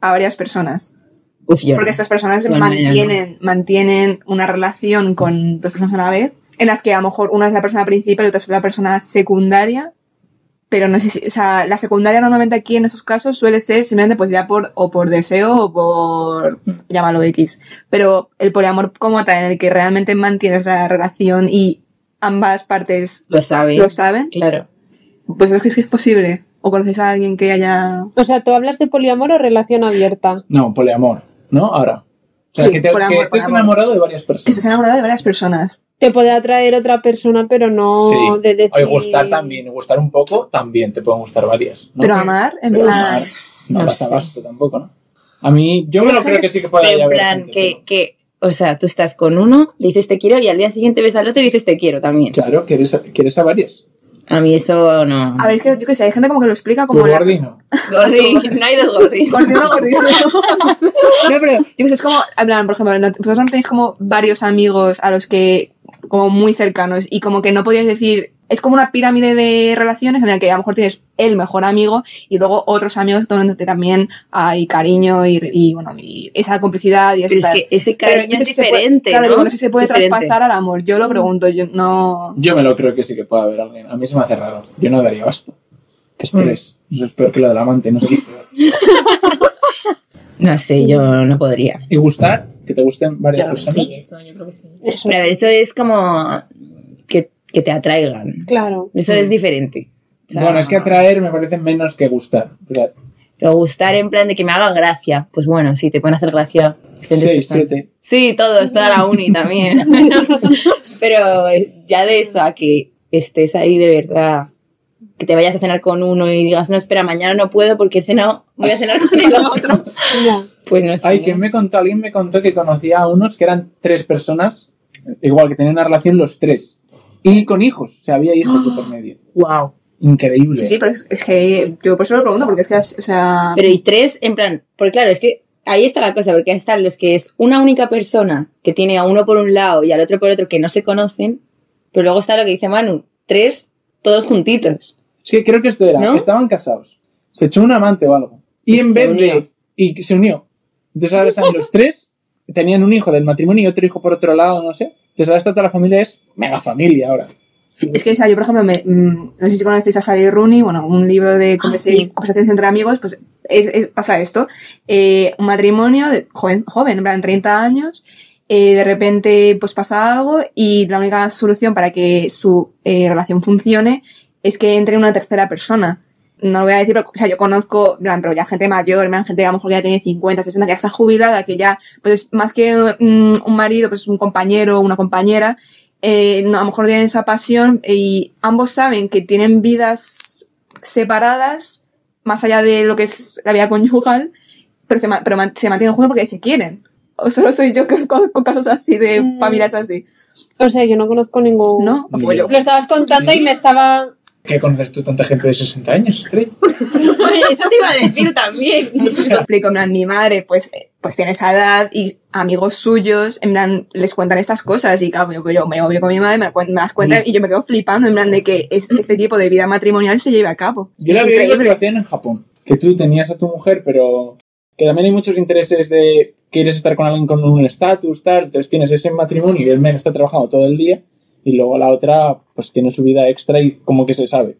Speaker 4: a varias personas.
Speaker 5: Uf, yo no.
Speaker 4: Porque estas personas
Speaker 5: Bueno, ya no.
Speaker 4: mantienen, mantienen una relación con dos personas a la vez, en las que a lo mejor una es la persona principal y otra es la persona secundaria. Pero no sé si, o sea, la secundaria normalmente aquí en esos casos suele ser simplemente pues ya por, o por deseo o por, llámalo X. Pero el poliamor como tal, en el que realmente mantienes la relación y ambas partes
Speaker 5: Lo saben.
Speaker 4: lo saben,
Speaker 5: Claro.
Speaker 4: pues ¿no creéis que es posible? ¿O conocéis a alguien que haya...?
Speaker 11: O sea, ¿tú hablas de poliamor o relación abierta?
Speaker 3: No, poliamor, ¿no? Ahora. O sea,
Speaker 4: Sí,
Speaker 3: que, te,
Speaker 4: poliamor,
Speaker 3: que estés
Speaker 4: poliamor.
Speaker 3: enamorado de varias personas.
Speaker 4: Estás enamorado de varias personas.
Speaker 11: Te puede atraer otra persona, pero no
Speaker 3: Sí.
Speaker 11: de decir...
Speaker 3: O y gustar también, y gustar un poco también, te pueden gustar varias. ¿no?
Speaker 4: Pero amar, en
Speaker 3: Pero
Speaker 4: plan-
Speaker 3: amar, no,
Speaker 5: No
Speaker 3: das
Speaker 5: sé.
Speaker 3: abasto tampoco, ¿no? A mí, yo me lo creo que sí que puede
Speaker 5: Pero
Speaker 3: haber.
Speaker 5: En plan,
Speaker 3: gente,
Speaker 5: que, que, o sea, tú estás con uno, le dices te quiero y al día siguiente ves al otro y dices te quiero también.
Speaker 3: Claro, quieres a, quieres a varias.
Speaker 5: A mí eso no.
Speaker 4: A ver, es que yo que sé, hay gente como que lo explica como...
Speaker 3: Tú,
Speaker 4: la-
Speaker 3: Gordi, no.
Speaker 5: Gordi, no hay dos gordis.
Speaker 4: Gordito, gordito. No, pero yo qué sé, es como, en plan, por ejemplo, no- vosotros no tenéis como varios amigos a los que, como muy cercanos, y como que no podíais decir, es como una pirámide de relaciones en la que a lo mejor tienes el mejor amigo y luego otros amigos donde también hay cariño y, y, bueno, y esa complicidad y
Speaker 5: Pero es
Speaker 4: esa-
Speaker 5: que ese
Speaker 4: Pero
Speaker 5: cariño
Speaker 4: no sé
Speaker 5: es
Speaker 4: si se puede-
Speaker 5: diferente.
Speaker 4: claro,
Speaker 5: ¿no?
Speaker 4: digo, no sé si se puede
Speaker 5: Diferente. Mm.
Speaker 4: traspasar al amor. Yo lo pregunto, yo no.
Speaker 3: Yo me lo creo que sí que puede haber alguien. A mí se me hace raro. Yo no daría abasto. Qué estrés. Eso es peor que lo del amante, no sé qué es peor.
Speaker 5: No sé, yo no podría.
Speaker 3: Y gustar, que te gusten varias personas.
Speaker 10: Sí, eso yo creo que sí.
Speaker 5: Pero a ver, eso es como que, que te atraigan.
Speaker 11: Claro.
Speaker 5: Eso es diferente. O sea,
Speaker 3: Mm. bueno, es que atraer me parece menos que gustar. Pero
Speaker 5: Pero gustar en plan de que me haga gracia. Pues bueno, sí, te pueden hacer gracia. diferentes
Speaker 3: Seis,
Speaker 5: personas.
Speaker 3: siete.
Speaker 5: Sí, todos, toda la uni también. Pero eh, ya de eso a que estés ahí de verdad, que te vayas a cenar con uno y digas, no, espera, mañana no puedo porque he cenado, voy a cenar con el otro. Pues no sé.
Speaker 3: Ay, ¿quién me contó? Alguien me contó que conocía a unos que eran tres personas, igual que tenían una relación los tres. Y con hijos, o sea, había hijos de por medio.
Speaker 5: Wow.
Speaker 3: Increíble.
Speaker 4: Sí, sí, pero es, es que yo por eso lo pregunto, porque es que, o sea.
Speaker 5: Pero y tres, en plan, porque claro, es que ahí está la cosa, porque ahí están los que es una única persona que tiene a uno por un lado y al otro por otro que no se conocen, pero luego está lo que dice Manu, tres todos juntitos.
Speaker 3: Es que creo que esto era,
Speaker 5: ¿No?
Speaker 3: que estaban casados, se echó un amante o algo. Y en vez de... Y que se unió. Entonces ahora están los tres, tenían un hijo del matrimonio y otro hijo por otro lado, no sé. Entonces ahora está toda la familia, es mega familia ahora.
Speaker 4: Es que, o sea, yo, por ejemplo, me- mm, no sé si conocéis a Sally Rooney, bueno, un libro de conversa- conversaciones entre amigos, pues es, es- pasa esto. Eh, un matrimonio de joven, joven, en plan, 30 años, eh, de repente pues pasa algo y la única solución para que su eh, relación funcione es que entre una tercera persona. No lo voy a decir, pero, o sea, yo conozco, en plan, pero ya gente mayor, en plan, gente que a lo mejor ya tiene 50, 60, que ya está jubilada, que ya, pues más que mm, un marido, pues es un compañero o una compañera, eh, no, a lo mejor tienen esa pasión y ambos saben que tienen vidas separadas, más allá de lo que es la vida conyugal, pero se, ma- pero man- se mantienen juntos porque se quieren. O solo soy yo con, con- con casos así de
Speaker 11: Mm.
Speaker 4: familias así.
Speaker 11: O sea, yo no conozco ningún...
Speaker 4: No,
Speaker 3: Ni
Speaker 4: apoyo.
Speaker 3: yo.
Speaker 11: Lo estabas contando y me estaba...
Speaker 3: ¿Qué conoces tú tanta gente de 60 años, Estrella?
Speaker 5: Eso te iba a decir también.
Speaker 4: Yo explico, en plan, mi madre, pues, eh, pues tiene esa edad y amigos suyos, en plan, les cuentan estas cosas y claro, yo, yo me voy con mi madre, me, la cuen- me las cuenta
Speaker 3: Mm.
Speaker 4: y yo me quedo flipando, en plan, de que es- este tipo de vida matrimonial se lleve a cabo.
Speaker 3: Yo la
Speaker 4: Es
Speaker 3: vi que lo
Speaker 4: increíble.
Speaker 3: hacían en Japón. Que tú tenías a tu mujer, pero que también hay muchos intereses de quieres estar con alguien con un estatus, tal. Entonces tienes ese matrimonio y el men está trabajando todo el día y luego la otra pues tiene su vida extra y como que se sabe.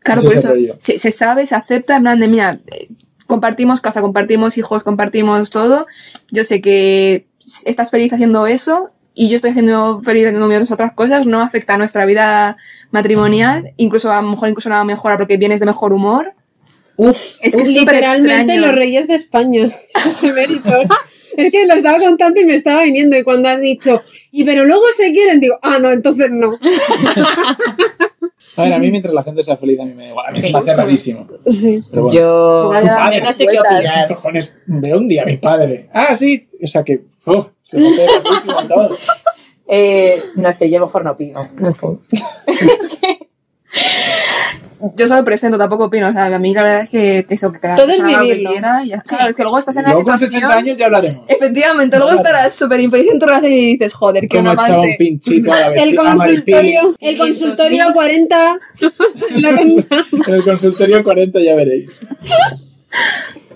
Speaker 4: Claro,
Speaker 3: Ese
Speaker 4: por
Speaker 3: es
Speaker 4: eso
Speaker 3: el rollo.
Speaker 4: se, se sabe, se acepta, en plan de, mira, eh, compartimos casa, compartimos hijos, compartimos todo. Yo sé que estás feliz haciendo eso y yo estoy haciendo feliz haciendo millones de otras cosas, no afecta a nuestra vida matrimonial, incluso a lo mejor incluso nada mejora porque vienes de mejor humor.
Speaker 11: Uf,
Speaker 4: es que es súper
Speaker 11: literalmente
Speaker 4: extraño.
Speaker 11: los reyes de España. Esos eméritos. es que lo estaba contando y me estaba viniendo. Y cuando has dicho, y pero luego se quieren, digo, ah, no, entonces no.
Speaker 3: A ver, a mí mientras la gente sea feliz, a mí me da igual. A mí se me hace
Speaker 11: justo.
Speaker 3: rarísimo.
Speaker 11: Sí.
Speaker 3: Pero bueno.
Speaker 5: Yo,
Speaker 3: Tu padre,
Speaker 5: no sé qué opinar.
Speaker 3: cojones, veo un día a mi padre. Ah, sí. O sea que, uf, se me hace rarísimo todo.
Speaker 5: Eh, no sé, yo mejor no opino. No sé.
Speaker 4: Yo solo presento, tampoco opino. O sea, a mí la verdad es que, que eso, que cada
Speaker 11: Todo
Speaker 4: persona
Speaker 11: es
Speaker 4: haga lo que
Speaker 11: vivirlo.
Speaker 4: quiera. Y ya, está. claro, es que luego estás en la
Speaker 3: Luego con 60
Speaker 4: situación.
Speaker 3: años ya hablaremos.
Speaker 4: Efectivamente,
Speaker 3: No,
Speaker 4: luego
Speaker 3: vale.
Speaker 4: estarás súper infeliz en tu relación y dices, joder, que un
Speaker 3: Como echaba un
Speaker 4: amante.
Speaker 3: pinchito a la
Speaker 11: El
Speaker 3: vecina, a
Speaker 11: consultorio, el
Speaker 8: 500.000.
Speaker 11: consultorio 40. la con-
Speaker 3: Maripili. En el consultorio 40 ya veréis.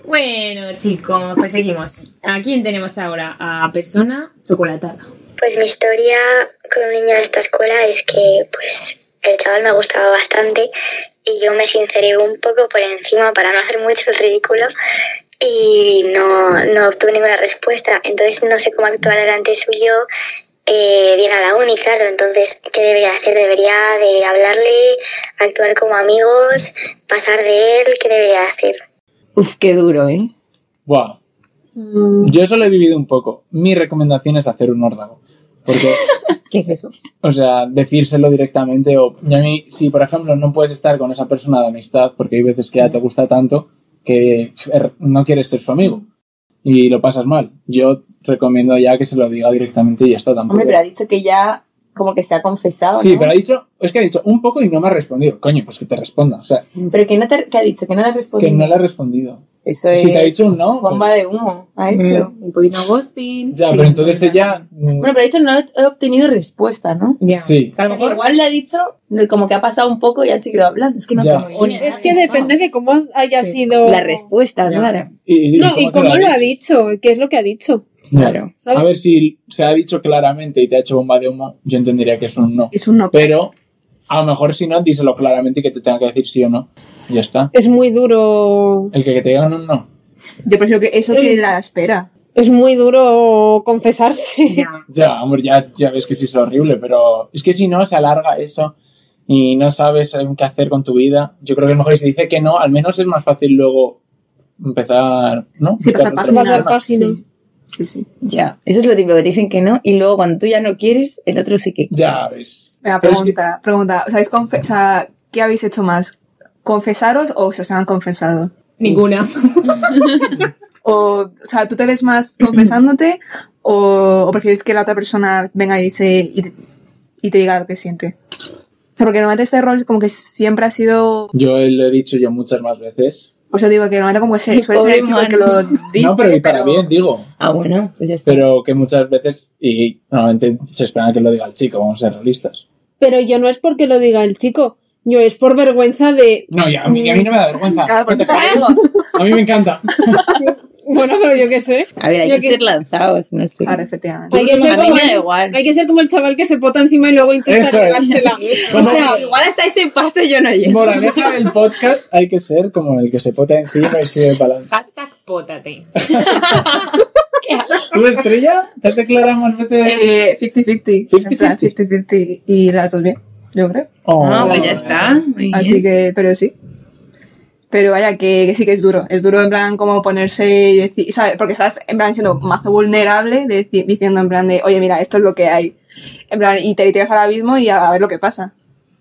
Speaker 10: Bueno, chicos, pues seguimos. ¿A quién tenemos ahora? A persona chocolatada.
Speaker 9: Pues mi historia con un niño de esta escuela es que pues el chaval me gustaba bastante y yo me sinceré un poco por encima para no hacer mucho el ridículo y no, no obtuve ninguna respuesta. Entonces no sé cómo actuar delante suyo. Eh, bien a la uni, claro, entonces, ¿qué debería hacer? ¿Debería de hablarle, actuar como amigos, pasar de él? ¿Qué debería hacer?
Speaker 5: Uf, qué duro, ¿eh?
Speaker 3: Wow.
Speaker 11: Mm,
Speaker 3: Yo eso lo he vivido un poco. Mi recomendación es hacer un órdago. Porque
Speaker 5: ¿Qué es eso?
Speaker 3: O sea, decírselo directamente o... Y a mí, si por ejemplo no puedes estar con esa persona de amistad, porque hay veces que ya te gusta tanto que pf, er- no quieres ser su amigo y lo pasas mal, yo recomiendo ya que se lo diga directamente y ya está tampoco.
Speaker 5: Hombre, pero ha dicho que ya como que se ha confesado,
Speaker 3: sí,
Speaker 5: ¿no?
Speaker 3: pero ha dicho, es que ha dicho un poco y no me ha respondido. Coño, pues que te responda. O sea,
Speaker 5: Pero que no te que ha dicho, que no le has respondido.
Speaker 3: que no le ha respondido.
Speaker 5: Eso es
Speaker 3: Si te ha dicho Mm. un no, pues-
Speaker 5: bomba de humo, ha hecho.
Speaker 10: Un poquito ghosting.
Speaker 3: ya,
Speaker 5: sí.
Speaker 3: pero entonces ella... mm,
Speaker 5: Bueno, pero ha dicho no he he obtenido respuesta, ¿no?
Speaker 10: Ya.
Speaker 3: Sí.
Speaker 10: A
Speaker 5: O
Speaker 10: lo
Speaker 5: sea, que
Speaker 10: mejor-
Speaker 5: igual le ha dicho, como que ha pasado un poco y han seguido hablando. Es que no
Speaker 3: Ya.
Speaker 5: sé muy bien.
Speaker 11: Es que depende de cómo haya sido.
Speaker 5: La respuesta,
Speaker 10: Ya.
Speaker 5: Clara.
Speaker 3: Y,
Speaker 11: No, y
Speaker 3: te
Speaker 11: cómo lo ha dicho, qué es lo que ha dicho.
Speaker 3: Ya.
Speaker 5: Claro.
Speaker 11: ¿sabes?
Speaker 3: A ver si se ha dicho claramente y te ha hecho bomba de humo, yo entendería que es un no.
Speaker 4: Es un no.
Speaker 3: Pero a lo mejor si no, díselo claramente y que te tenga que decir sí o no. Ya está.
Speaker 11: Es muy duro.
Speaker 3: El que, que te diga un no.
Speaker 4: Yo prefiero que eso que la espera.
Speaker 11: Es muy duro confesarse.
Speaker 10: Ya.
Speaker 3: Ya, amor, ya, ya ves que sí es horrible, pero es que si no, se alarga eso y no sabes eh, qué hacer con tu vida. Yo creo que es mejor si dice que no, al menos es más fácil luego empezar, ¿no?
Speaker 4: Sí, pasar
Speaker 3: Empezar otro
Speaker 4: página.
Speaker 11: Pasar
Speaker 3: tema.
Speaker 11: página.
Speaker 4: Sí. Sí, sí.
Speaker 5: Ya. Eso es lo típico que te dicen que no y luego cuando tú ya no quieres, el otro sí que.
Speaker 3: Ya ves.
Speaker 4: Venga,
Speaker 3: Pero es
Speaker 4: pregunta, pregunta. ¿Sabéis confe- o sea, ¿qué habéis hecho más? ¿Confesaros o se os han confesado?
Speaker 10: Ninguna.
Speaker 4: O, o sea, ¿tú te ves más confesándote o, o prefieres que la otra persona venga y, se, y, te, y te diga lo que siente? O sea, porque normalmente este rol como que siempre ha sido...
Speaker 3: Yo lo he dicho yo muchas más veces.
Speaker 4: Por eso digo que normalmente como que se, suele ser el
Speaker 5: Pobre
Speaker 4: chico el que
Speaker 5: man.
Speaker 4: lo dice,
Speaker 3: no, pero y para bien, digo.
Speaker 5: Ah, bueno, pues ya está.
Speaker 3: Pero que muchas veces, y normalmente se espera que lo diga el chico, vamos a ser realistas.
Speaker 11: Pero yo no es porque lo diga el chico, yo es por vergüenza de.
Speaker 3: No, y a mí, y a mí no me da vergüenza.
Speaker 4: Claro, por eso te digo.
Speaker 3: A mí me encanta.
Speaker 11: Bueno, pero yo qué sé.
Speaker 5: A ver, hay
Speaker 11: Yo
Speaker 5: que,
Speaker 11: que-
Speaker 5: ser lanzados, no sé.
Speaker 4: Claro, efectivamente.
Speaker 11: Hay que ser
Speaker 5: a mí
Speaker 11: como,
Speaker 5: me da igual.
Speaker 11: hay que ser como el chaval que se pota encima y luego intenta
Speaker 3: Eso es.
Speaker 11: llevársela.
Speaker 3: Bueno,
Speaker 5: igual hasta ese paso yo no llego.
Speaker 3: Moraleja del podcast, hay que ser como el que se pota encima y sigue para adelante.
Speaker 10: Hashtag pótate.
Speaker 3: ¿Tú, Estrella, te has declarado más veces?
Speaker 4: Eh, 50-50. En plan,
Speaker 3: 50-50.
Speaker 4: 50-50 y las dos bien, yo creo.
Speaker 3: Oh,
Speaker 5: Ah, pues ya está. Muy bien.
Speaker 4: Así que, pero sí. Pero vaya, que, que sí que es duro. Es duro en plan como ponerse y decir, ¿sabes? Porque estás en plan siendo mazo vulnerable, de deci- diciendo en plan de, oye, mira, esto es lo que hay. En plan, y te tiras al abismo y a, a ver lo que pasa.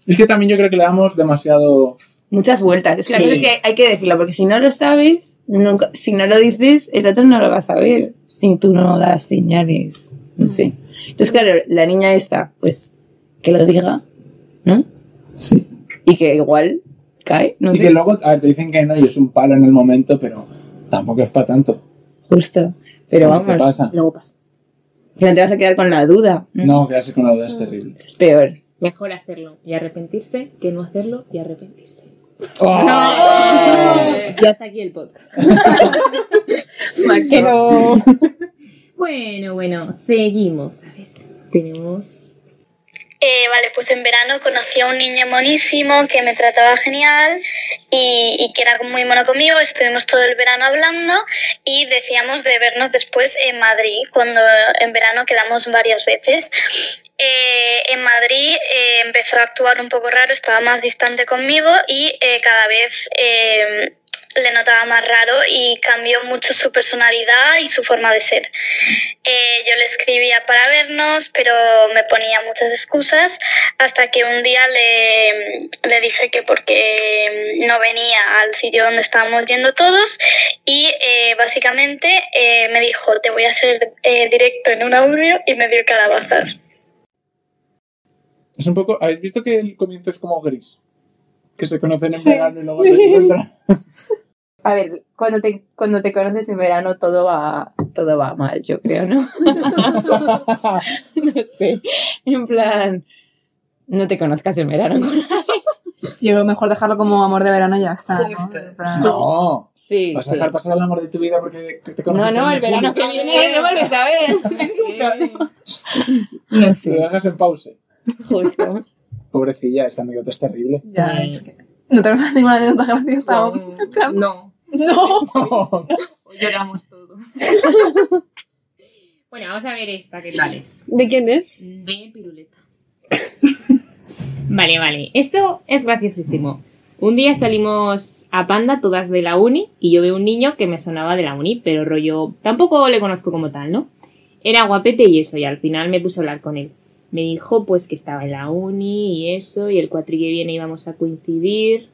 Speaker 3: Es que también yo creo que le damos demasiado...
Speaker 5: Muchas vueltas. Es que
Speaker 3: Sí.
Speaker 5: la cosa es que hay que decirlo, porque si no lo sabes, nunca, si no lo dices, el otro no lo va a saber. Si tú no das señales, no sé. Entonces, claro, la niña esta, pues que lo diga, ¿no?
Speaker 3: Sí.
Speaker 5: Y que igual cae, no
Speaker 3: Y
Speaker 5: sé.
Speaker 3: que luego, a ver, te dicen que no y es un palo en el momento, pero tampoco es para tanto.
Speaker 5: Justo. Pero
Speaker 3: Pues, ¿qué
Speaker 5: vamos,
Speaker 3: pasa?
Speaker 5: luego pasa. Que no te vas a quedar con la duda.
Speaker 3: No, quedarse con la duda es terrible.
Speaker 5: Eso es peor.
Speaker 10: Mejor hacerlo y arrepentirse que no hacerlo y arrepentirse.
Speaker 8: Eh.
Speaker 10: Y hasta aquí el podcast.
Speaker 11: Que no.
Speaker 10: Bueno, bueno, seguimos. A ver, tenemos.
Speaker 9: Eh, vale, pues en verano conocí a un niño monísimo que me trataba genial y, y que era muy mono conmigo, estuvimos todo el verano hablando y decíamos de vernos después en Madrid, cuando en verano quedamos varias veces. Eh, en Madrid eh, empezó a actuar un poco raro, estaba más distante conmigo y eh, cada vez eh, le notaba más raro y cambió mucho su personalidad y su forma de ser. Eh, yo le escribía para vernos, pero me ponía muchas excusas hasta que un día le, le dije que porque no venía al sitio donde estábamos yendo todos y eh, básicamente eh, me dijo, te voy a hacer eh, directo en un audio y me dio calabazas.
Speaker 3: Es un poco. ¿Habéis visto que el comienzo es como gris? Que se conocen en
Speaker 5: Sí.
Speaker 3: verano y luego se encuentran.
Speaker 5: A ver, cuando te, cuando te conoces en verano todo va, todo va mal, yo creo, ¿no? no sé. En plan, no te conozcas en verano.
Speaker 4: Sí, yo creo mejor dejarlo como amor de verano y ya está. ¿no? En plan-
Speaker 3: No.
Speaker 5: Sí,
Speaker 3: Vas a
Speaker 5: sí.
Speaker 3: dejar pasar el amor de tu vida porque te
Speaker 5: No,
Speaker 3: conoces
Speaker 5: no,
Speaker 3: en
Speaker 5: el verano que
Speaker 3: julio.
Speaker 5: viene lo vuelves a ver. No hay ningún problema.
Speaker 3: No sé. Lo dejas en pause.
Speaker 5: Justo.
Speaker 3: Pobrecilla, esta anécdota es terrible.
Speaker 4: Ya, es que. No tenemos ninguna anécdota graciosa aún. En plan-
Speaker 8: No.
Speaker 3: No.
Speaker 8: Lloramos todos.
Speaker 10: Bueno, vamos a ver esta, ¿qué tal es?
Speaker 11: ¿De quién es?
Speaker 10: De piruleta. Vale, vale. Esto es graciosísimo. Un día salimos a Panda, todas de la uni, y yo veo un niño que me sonaba de la uni, pero rollo. Tampoco le conozco como tal, ¿no? Era guapete y eso, y al final me puse a hablar con él. Me dijo, pues, que estaba en la uni y eso, y el cuatri que viene íbamos a coincidir.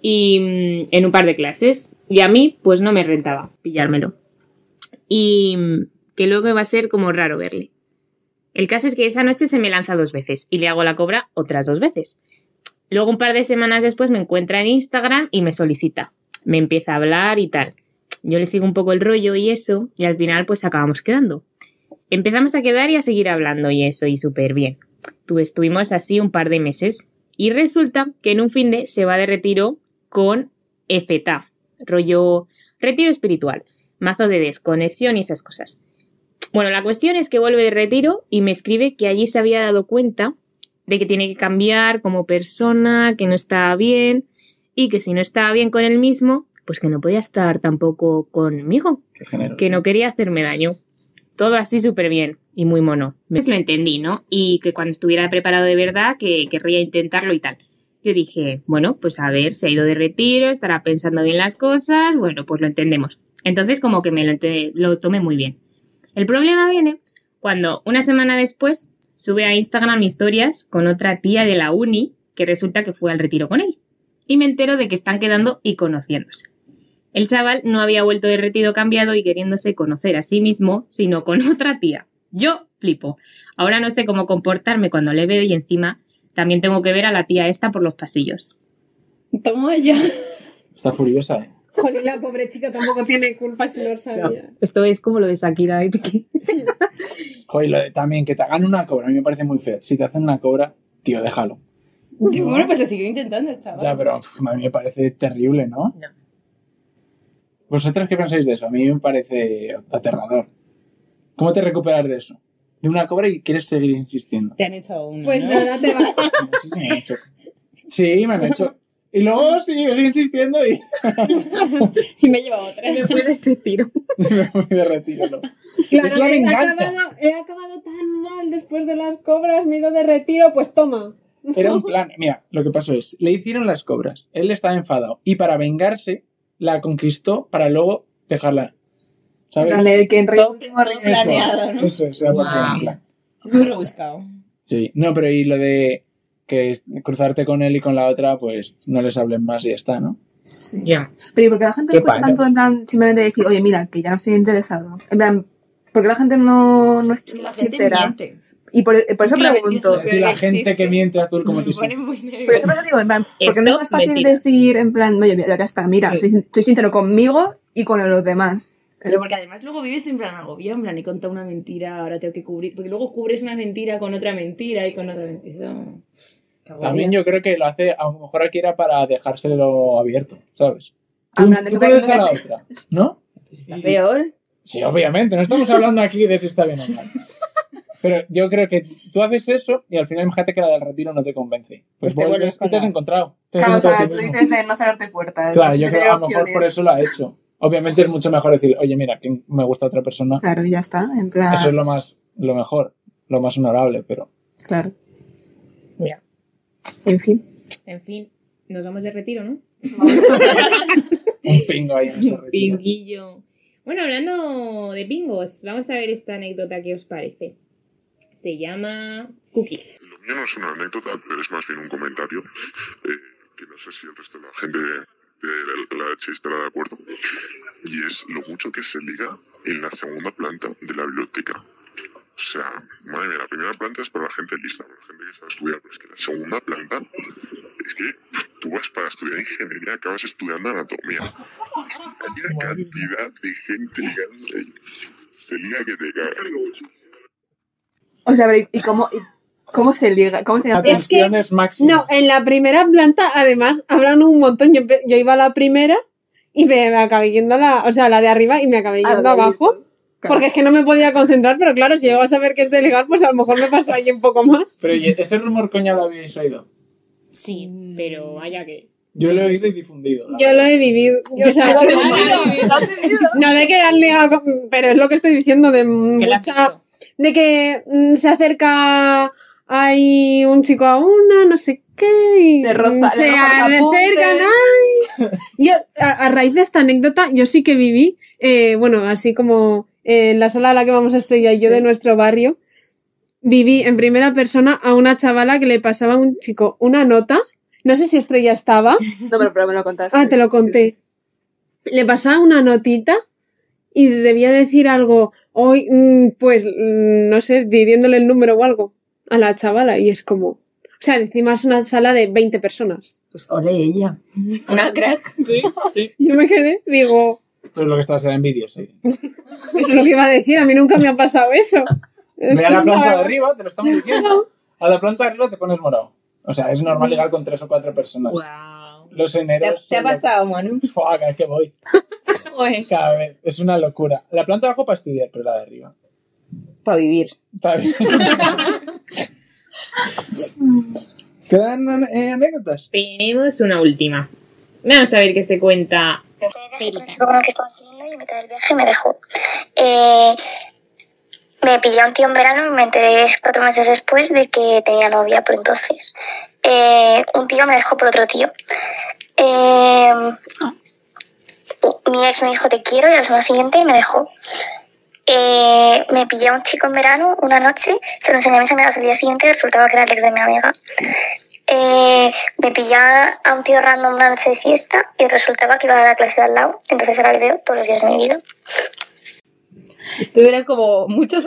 Speaker 10: Y mm, en un par de clases. Y a mí, pues, no me rentaba pillármelo. Y mm, que luego iba a ser como raro verle. El caso es que esa noche se me lanza dos veces y le hago la cobra otras dos veces. Luego un par de semanas después me encuentra en Instagram y me solicita. Me empieza a hablar y tal. Yo le sigo un poco el rollo y eso y al final pues acabamos quedando. Empezamos a quedar y a seguir hablando y eso y súper bien. Tú estuvimos así un par de meses y resulta que en un fin de se va de retiro con EZA, rollo retiro espiritual, mazo de desconexión y esas cosas. Bueno, la cuestión es que vuelve de retiro y me escribe que allí se había dado cuenta de que tiene que cambiar como persona, que no estaba bien y que si no estaba bien con él mismo, pues que no podía estar tampoco conmigo,
Speaker 3: Qué generoso.
Speaker 10: que no quería hacerme daño. Todo así súper bien y muy mono. Pues lo entendí, ¿no? Y que cuando estuviera preparado de verdad, que querría intentarlo y tal. Yo dije, bueno, pues a ver, se ha ido de retiro, estará pensando bien las cosas, bueno, pues lo entendemos. Entonces como que me lo, ente- lo tomé muy bien. El problema viene cuando una semana después sube a Instagram historias con otra tía de la uni que resulta que fue al retiro con él. Y me entero de que están quedando y conociéndose. El chaval no había vuelto de retiro cambiado y queriéndose conocer a sí mismo, sino con otra tía. Yo flipo. Ahora no sé cómo comportarme cuando le veo y encima también tengo que ver a la tía esta por los pasillos.
Speaker 5: Toma ya.
Speaker 3: Está furiosa, ¿eh?
Speaker 11: Joder, la pobre chica tampoco tiene culpa si no lo sabía.
Speaker 7: Esto es como lo de Shakira y Piqué.
Speaker 3: Joder, lo de también que te hagan una cobra, a mí me parece muy feo. Si te hacen una cobra, tío, déjalo.
Speaker 5: Bueno, pues lo siguió intentando el chaval.
Speaker 3: Ya, pero pf, a mí me parece terrible, ¿no?
Speaker 10: No.
Speaker 3: ¿Vosotros qué pensáis de eso? A mí me parece aterrador. ¿Cómo te recuperas de eso? De una cobra y quieres seguir insistiendo.
Speaker 7: Te han hecho una.
Speaker 11: Pues
Speaker 7: ¿no?
Speaker 11: nada, te vas.
Speaker 3: Sí, sí, me han hecho. Sí, me han hecho. Y luego sigo insistiendo y
Speaker 5: Y me lleva otra.
Speaker 7: Me puedes retiro.
Speaker 3: me voy de retiro. ¿no?
Speaker 11: Claro,
Speaker 3: Es la
Speaker 11: he,
Speaker 3: venganza.
Speaker 11: acabado, he acabado tan mal después de las cobras, me he ido de retiro, pues toma.
Speaker 3: Era un plan. Mira, lo que pasó es, le hicieron las cobras, él estaba enfadado y para vengarse la conquistó para luego dejarla.
Speaker 4: en
Speaker 3: ¿Sabes?
Speaker 4: plan de que entre
Speaker 5: Todo-
Speaker 4: último rey-
Speaker 5: todo planeado, ¿no?
Speaker 3: Eso, eso era porque era un
Speaker 10: Wow.
Speaker 3: plan.
Speaker 7: Es muy rebuscado.
Speaker 3: Sí, no, pero y lo de que es- cruzarte con él y con la otra, pues no les hablen más y ya está, ¿no?
Speaker 4: Sí.
Speaker 10: Ya.
Speaker 4: Pero ¿y por qué a la gente
Speaker 3: Qué
Speaker 4: le cuesta
Speaker 3: palo.
Speaker 4: tanto en plan simplemente decir, oye, mira, que ya no estoy interesado? En plan, ¿por qué la gente no, no es
Speaker 7: La gente
Speaker 4: sincera?
Speaker 7: miente.
Speaker 4: Y por, por eso
Speaker 7: que la
Speaker 4: pregunto.
Speaker 7: mentira
Speaker 3: Y la gente que miente azul como tú. sí.
Speaker 4: Pero eso por eso digo, en plan, porque no es
Speaker 10: Stop
Speaker 4: más fácil
Speaker 10: mentiras.
Speaker 4: decir, en plan, oye, mira, ya está, mira, soy, soy sincero conmigo y con los demás.
Speaker 7: Pero porque además luego vives en plan agobio, en plan, he contado una mentira, ahora tengo que cubrir. Porque luego cubres una mentira con otra mentira y con otra mentira. Eso. qué agobio.
Speaker 3: También yo creo que lo hace, a lo mejor aquí era para dejárselo abierto, ¿sabes?
Speaker 4: Ah,
Speaker 3: Tú,
Speaker 4: grande,
Speaker 3: tú
Speaker 4: nunca-
Speaker 3: conoces a la
Speaker 4: nunca
Speaker 3: otra, ¿no?
Speaker 7: Pues está
Speaker 3: Y-
Speaker 5: Peor.
Speaker 3: Sí, obviamente, no estamos hablando aquí de si está bien o mal. Pero yo creo que tú haces eso y al final imagínate que la del retiro no te convence. Pues,
Speaker 4: Pues te
Speaker 3: vuelves
Speaker 4: vuelves
Speaker 3: y
Speaker 4: con
Speaker 3: te has
Speaker 4: la-
Speaker 3: encontrado. Te has
Speaker 4: Claro, o
Speaker 3: encontrado a
Speaker 4: sea,
Speaker 3: ti
Speaker 4: tú
Speaker 3: mismo.
Speaker 4: dices de no cerrarte puertas.
Speaker 3: Claro,
Speaker 4: de
Speaker 3: yo creo
Speaker 4: tener
Speaker 3: que a lo mejor por
Speaker 4: opciones.
Speaker 3: eso lo ha hecho. Obviamente es mucho mejor decir, oye, mira, que me gusta otra persona.
Speaker 4: Claro, ya está, en plan...
Speaker 3: Eso es lo más, lo mejor, lo más honorable, pero.
Speaker 4: Claro.
Speaker 10: Mira.
Speaker 4: En fin.
Speaker 10: En fin, nos vamos de retiro, ¿no?
Speaker 3: Un pingo ahí en ese retiro.
Speaker 10: Pinguillo. Bueno, hablando de pingos, vamos a ver esta anécdota que os parece. Se llama Cookie.
Speaker 13: Lo mío no es una anécdota, pero es más bien un comentario. eh, que no sé si el resto de la gente de la, la ETSI estará de acuerdo. Y es lo mucho que se liga en la segunda planta de la biblioteca. O sea, madre mía, la primera planta es para la gente lista, para la gente que sabe estudiar, pero es que la segunda planta es que tú vas para estudiar ingeniería, acabas estudiando anatomía. Es que hay una cantidad de gente ligando ahí. Se liga que te cagas.
Speaker 4: O sea, a ver, ¿y cómo, y cómo se liga? ¿Cómo se llama?
Speaker 11: Es que- Atenciones No, en la primera planta, además, hablan un montón. Yo, empe- yo iba a la primera y me, me acabé yendo a la, o sea, a la de arriba y me
Speaker 4: A
Speaker 11: acabé
Speaker 4: Ah, la
Speaker 11: yendo
Speaker 4: de
Speaker 11: abajo.
Speaker 4: claro.
Speaker 11: Porque es que no me podía concentrar, pero claro, si llego a saber que es delegar, pues a lo mejor me paso ahí un poco más.
Speaker 3: Pero oye, ese rumor coña lo habíais oído.
Speaker 10: Sí, pero vaya que.
Speaker 3: Yo lo he oído y difundido. la
Speaker 11: Yo lo he vivido. Yo, o sea,
Speaker 10: Lo has
Speaker 11: es que-
Speaker 10: vivido, lo has
Speaker 11: no de que han ligado con- pero es lo que estoy diciendo de mucha, de que mm, se acerca hay un chico a una, no sé qué, y
Speaker 4: Le roza-
Speaker 11: se
Speaker 4: le roza los
Speaker 11: acercan,
Speaker 4: apuntes.
Speaker 11: ay. Yo a, a raíz de esta anécdota yo sí que viví, eh, bueno, así como eh, en la sala a la que vamos a estrellar y yo de nuestro barrio, viví en primera persona a una chavala que le pasaba a un chico una nota. No sé si Estrella estaba.
Speaker 4: No, pero, pero me lo contaste.
Speaker 11: Ah, te lo conté. Le pasaba una notita y debía decir algo. Hoy, mm, pues, mm, no sé, pidiéndole el número o algo a la chavala. Y es como. O sea, encima es una sala de 20 personas.
Speaker 5: Pues ole ella. Una crack.
Speaker 11: Yo me quedé, digo,
Speaker 3: Todo lo que estás en vídeos. ahí.
Speaker 11: eso es lo que iba a decir, a mí nunca me ha pasado eso.
Speaker 3: Mira
Speaker 11: Esto
Speaker 3: la
Speaker 11: es
Speaker 3: planta
Speaker 11: una-
Speaker 3: de arriba, te lo estamos diciendo. A la planta de arriba te pones morado. O sea, es normal ligar con tres o cuatro personas. Los eneros.
Speaker 5: ¿Te ha
Speaker 3: son los-
Speaker 5: pasado, Manu?
Speaker 3: Fua, cada vez que voy. Cada vez. Es una locura. La planta de abajo para estudiar, pero la de arriba.
Speaker 5: Para vivir.
Speaker 3: Para vivir. ¿Quedan eh, anécdotas?
Speaker 10: Tenemos una última. Vamos a ver qué se cuenta.
Speaker 9: con el que estaba saliendo y en mitad del viaje me dejó. Eh, me pilló un tío en verano y me enteré cuatro meses después de que tenía novia por entonces. Eh, un tío me dejó por otro tío. Eh, mi ex me dijo te quiero y al semana siguiente me dejó. Eh, me pillé a un chico en verano una noche, se lo enseñé a mis amigas el día siguiente y resultaba que era el ex de mi amiga. Eh, me pillaba a un tío random una noche de fiesta y resultaba que iba a la clase de al lado, entonces ahora le veo todos los días de mi vida.
Speaker 5: Esto era como muchas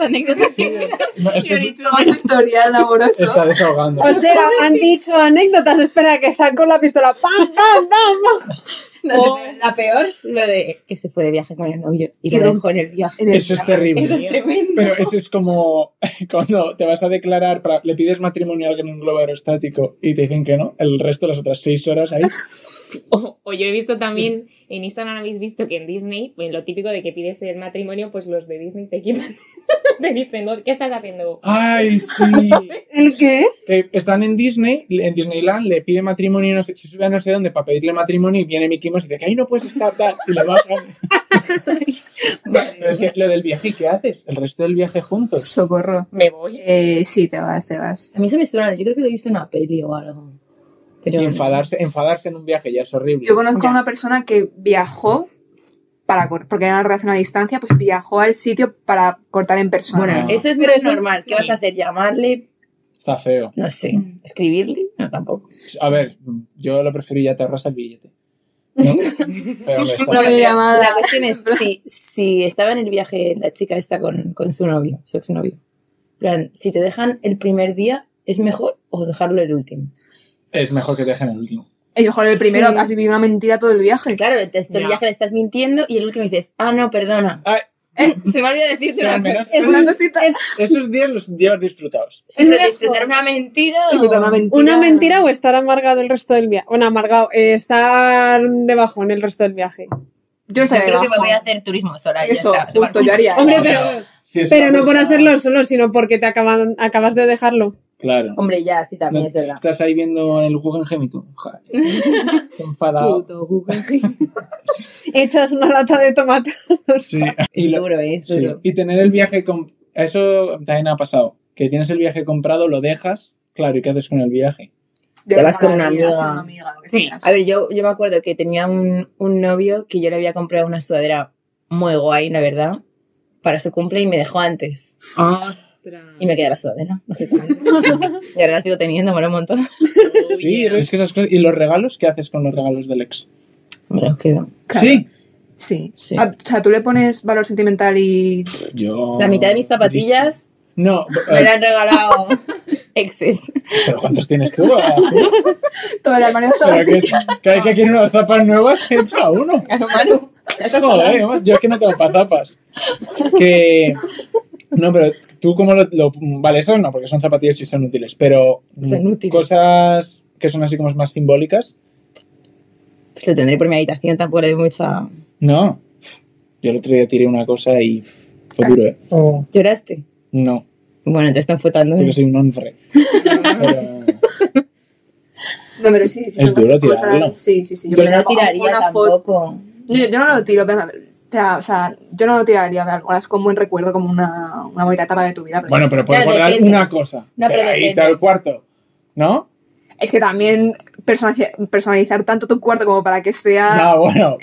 Speaker 5: anécdotas.
Speaker 3: esto es-
Speaker 4: Vamos a historial amoroso.
Speaker 3: Está desahogando.
Speaker 5: Pues
Speaker 11: O sea, Pues han dicho anécdotas. Espera, que saco la pistola. ¡Pam, pam, pam! pam!
Speaker 5: la peor, lo de que se fue de viaje con el novio y
Speaker 11: Y
Speaker 5: lo
Speaker 11: rom-
Speaker 5: dejó en el viaje.
Speaker 3: Eso es terrible.
Speaker 5: Eso es tremendo.
Speaker 3: Pero eso es como cuando te vas a declarar, para- le pides matrimonio a alguien en un globo aerostático y te dicen que no, el resto de las otras seis horas ahí.
Speaker 10: O, o yo he visto también, en Instagram habéis visto que en Disney, pues lo típico de que pides el matrimonio, pues los de Disney te quitan. te dicen, "No, ¿qué estás haciendo?
Speaker 3: ¡Ay, sí!
Speaker 11: ¿El qué?
Speaker 3: Que están en Disney, en Disneyland, le pide matrimonio, no sé, se sube a no sé dónde para pedirle matrimonio y viene Mickey Mouse y dice que ahí no puedes estar, tal, y lo bajan. Pero es que lo del viaje, ¿y ¿qué haces? El resto del viaje juntos.
Speaker 4: Socorro.
Speaker 10: Me voy.
Speaker 4: Eh, sí, te vas, te vas.
Speaker 5: A mí se me suena, yo creo que lo he visto en una peli o algo. Pero
Speaker 3: y enfadarse, enfadarse en un viaje ya es horrible.
Speaker 4: Yo conozco a una persona que viajó para cor- porque era una relación a distancia, pues viajó al sitio para cortar en persona.
Speaker 5: Bueno,
Speaker 3: Ah.
Speaker 5: eso es muy
Speaker 11: Pero eso es-
Speaker 5: normal. ¿Qué vas a hacer? ¿Llamarle?
Speaker 3: Está feo.
Speaker 5: No sé.
Speaker 7: Mm.
Speaker 5: ¿Escribirle? No, tampoco.
Speaker 3: A ver, yo lo prefiero y ya te ahorras el billete. ¿No? Pero hombre, está
Speaker 4: Una
Speaker 3: feo.
Speaker 4: videollamada.
Speaker 5: La cuestión es si, si estaba en el viaje la chica está con, con su novio, su exnovio. En plan, si te dejan el primer día, ¿es mejor o dejarlo el último?
Speaker 3: Es mejor que te dejen el último.
Speaker 4: Es mejor el primero,
Speaker 5: Sí.
Speaker 4: has vivido una mentira todo el viaje.
Speaker 5: Claro, entonces todo el
Speaker 10: Ya.
Speaker 5: viaje le estás mintiendo y el último dices, ah, no, perdona.
Speaker 3: Ay.
Speaker 5: Eh, se me olvidó decirte
Speaker 3: Pero al
Speaker 5: una
Speaker 3: menos
Speaker 5: cosa.
Speaker 11: Es
Speaker 4: una
Speaker 11: un-
Speaker 4: cosita.
Speaker 11: es-
Speaker 3: Esos días los llevas disfrutados.
Speaker 5: Sí,
Speaker 11: es
Speaker 5: pero
Speaker 11: mejor.
Speaker 5: disfrutar una mentira.
Speaker 4: Y contar una mentira.
Speaker 11: Una mentira o estar amargado el resto del viaje. Bueno, amargado, eh, estar de bajón el resto del viaje.
Speaker 4: Yo
Speaker 5: Yo
Speaker 4: estaría
Speaker 5: creo que me
Speaker 4: debajo.
Speaker 5: voy a hacer turismo sola. y ya
Speaker 4: Eso,
Speaker 5: está.
Speaker 4: justo, yo haría
Speaker 11: Hombre,
Speaker 4: eso.
Speaker 11: pero,
Speaker 3: Sí, es
Speaker 11: pero
Speaker 3: una
Speaker 11: no por
Speaker 3: cosa-
Speaker 11: hacerlo solo, sino porque te acaban, acabas de dejarlo.
Speaker 3: Claro.
Speaker 5: Hombre, ya, sí, también
Speaker 3: No,
Speaker 5: es verdad.
Speaker 3: Estás ahí viendo el Guggenheim y tú. joder, qué enfadado.
Speaker 11: Echas una lata de tomate.
Speaker 3: Sí. Y, lo-
Speaker 5: Duro, ¿eh? es
Speaker 3: sí.
Speaker 5: duro.
Speaker 3: Y tener el viaje. com- Eso también ha pasado. Que tienes el viaje comprado, lo dejas. Claro, ¿y qué haces con el viaje?
Speaker 5: Te
Speaker 4: Yo lo
Speaker 5: vas con una
Speaker 4: regalaría,
Speaker 5: amiga.
Speaker 4: sí, una amiga, lo que
Speaker 10: Sí,
Speaker 4: sea, sí.
Speaker 5: A ver, yo, yo me acuerdo que tenía un, un novio que yo le había comprado una sudadera muy guay, la verdad, para su cumple y me dejó antes. Ah, Y me quedé la sudadera. lógicamente. y ahora la sigo teniendo, mola un montón.
Speaker 3: sí, es que esas cosas. ¿Y los regalos? ¿Qué haces con los regalos del ex?
Speaker 5: Me los quedo.
Speaker 4: Claro.
Speaker 3: Sí.
Speaker 4: Sí.
Speaker 5: Sí.
Speaker 4: Ah, o sea, tú le pones valor sentimental y.
Speaker 3: Yo.
Speaker 5: La mitad de mis zapatillas
Speaker 3: No,
Speaker 5: me
Speaker 3: eh,
Speaker 5: la han regalado exes.
Speaker 3: pero ¿cuántos tienes tú? Ah,
Speaker 4: Todo el armario de
Speaker 3: Pero que,
Speaker 4: zapatillas.
Speaker 3: cada vez que quieres unas zapas nuevas, echa uno. Joder, yo es que no tengo para zapas. Que. No, pero tú cómo lo, lo- Vale, esas no, porque son zapatillas y son útiles. Pero.
Speaker 5: Son útiles.
Speaker 3: Cosas que son así como más simbólicas.
Speaker 5: Pues lo tendré por mi habitación, tampoco le doy mucha...
Speaker 3: No. Yo el otro día tiré una cosa y. Fue duro, ¿eh?
Speaker 5: ¿Lloraste?
Speaker 3: No,
Speaker 5: Bueno, entonces no fue tan duro.
Speaker 3: porque soy un hombre. Pero-
Speaker 4: No, pero sí, sí,
Speaker 3: Es
Speaker 4: son cosas-
Speaker 3: duro tirarlo.
Speaker 4: cosas- Sí, sí, sí.
Speaker 5: Yo no
Speaker 4: pensaba,
Speaker 5: lo
Speaker 4: como
Speaker 5: tiraría
Speaker 4: una foto-
Speaker 5: tampoco.
Speaker 4: Yo, yo no lo tiro, pero, pero, o sea, yo no lo tiraría, pero algo es como un buen recuerdo, como una, una bonita etapa de tu vida. pero
Speaker 3: Bueno,
Speaker 4: ya
Speaker 3: pero
Speaker 4: está.
Speaker 3: puedes
Speaker 5: Claro,
Speaker 3: guardar
Speaker 5: depende.
Speaker 3: una cosa.
Speaker 5: No, pero
Speaker 3: Pero ahí
Speaker 5: depende.
Speaker 3: está el cuarto. ¿No?
Speaker 4: Es que también personaliza- personalizar tanto tu cuarto como para que sea...
Speaker 3: No, bueno.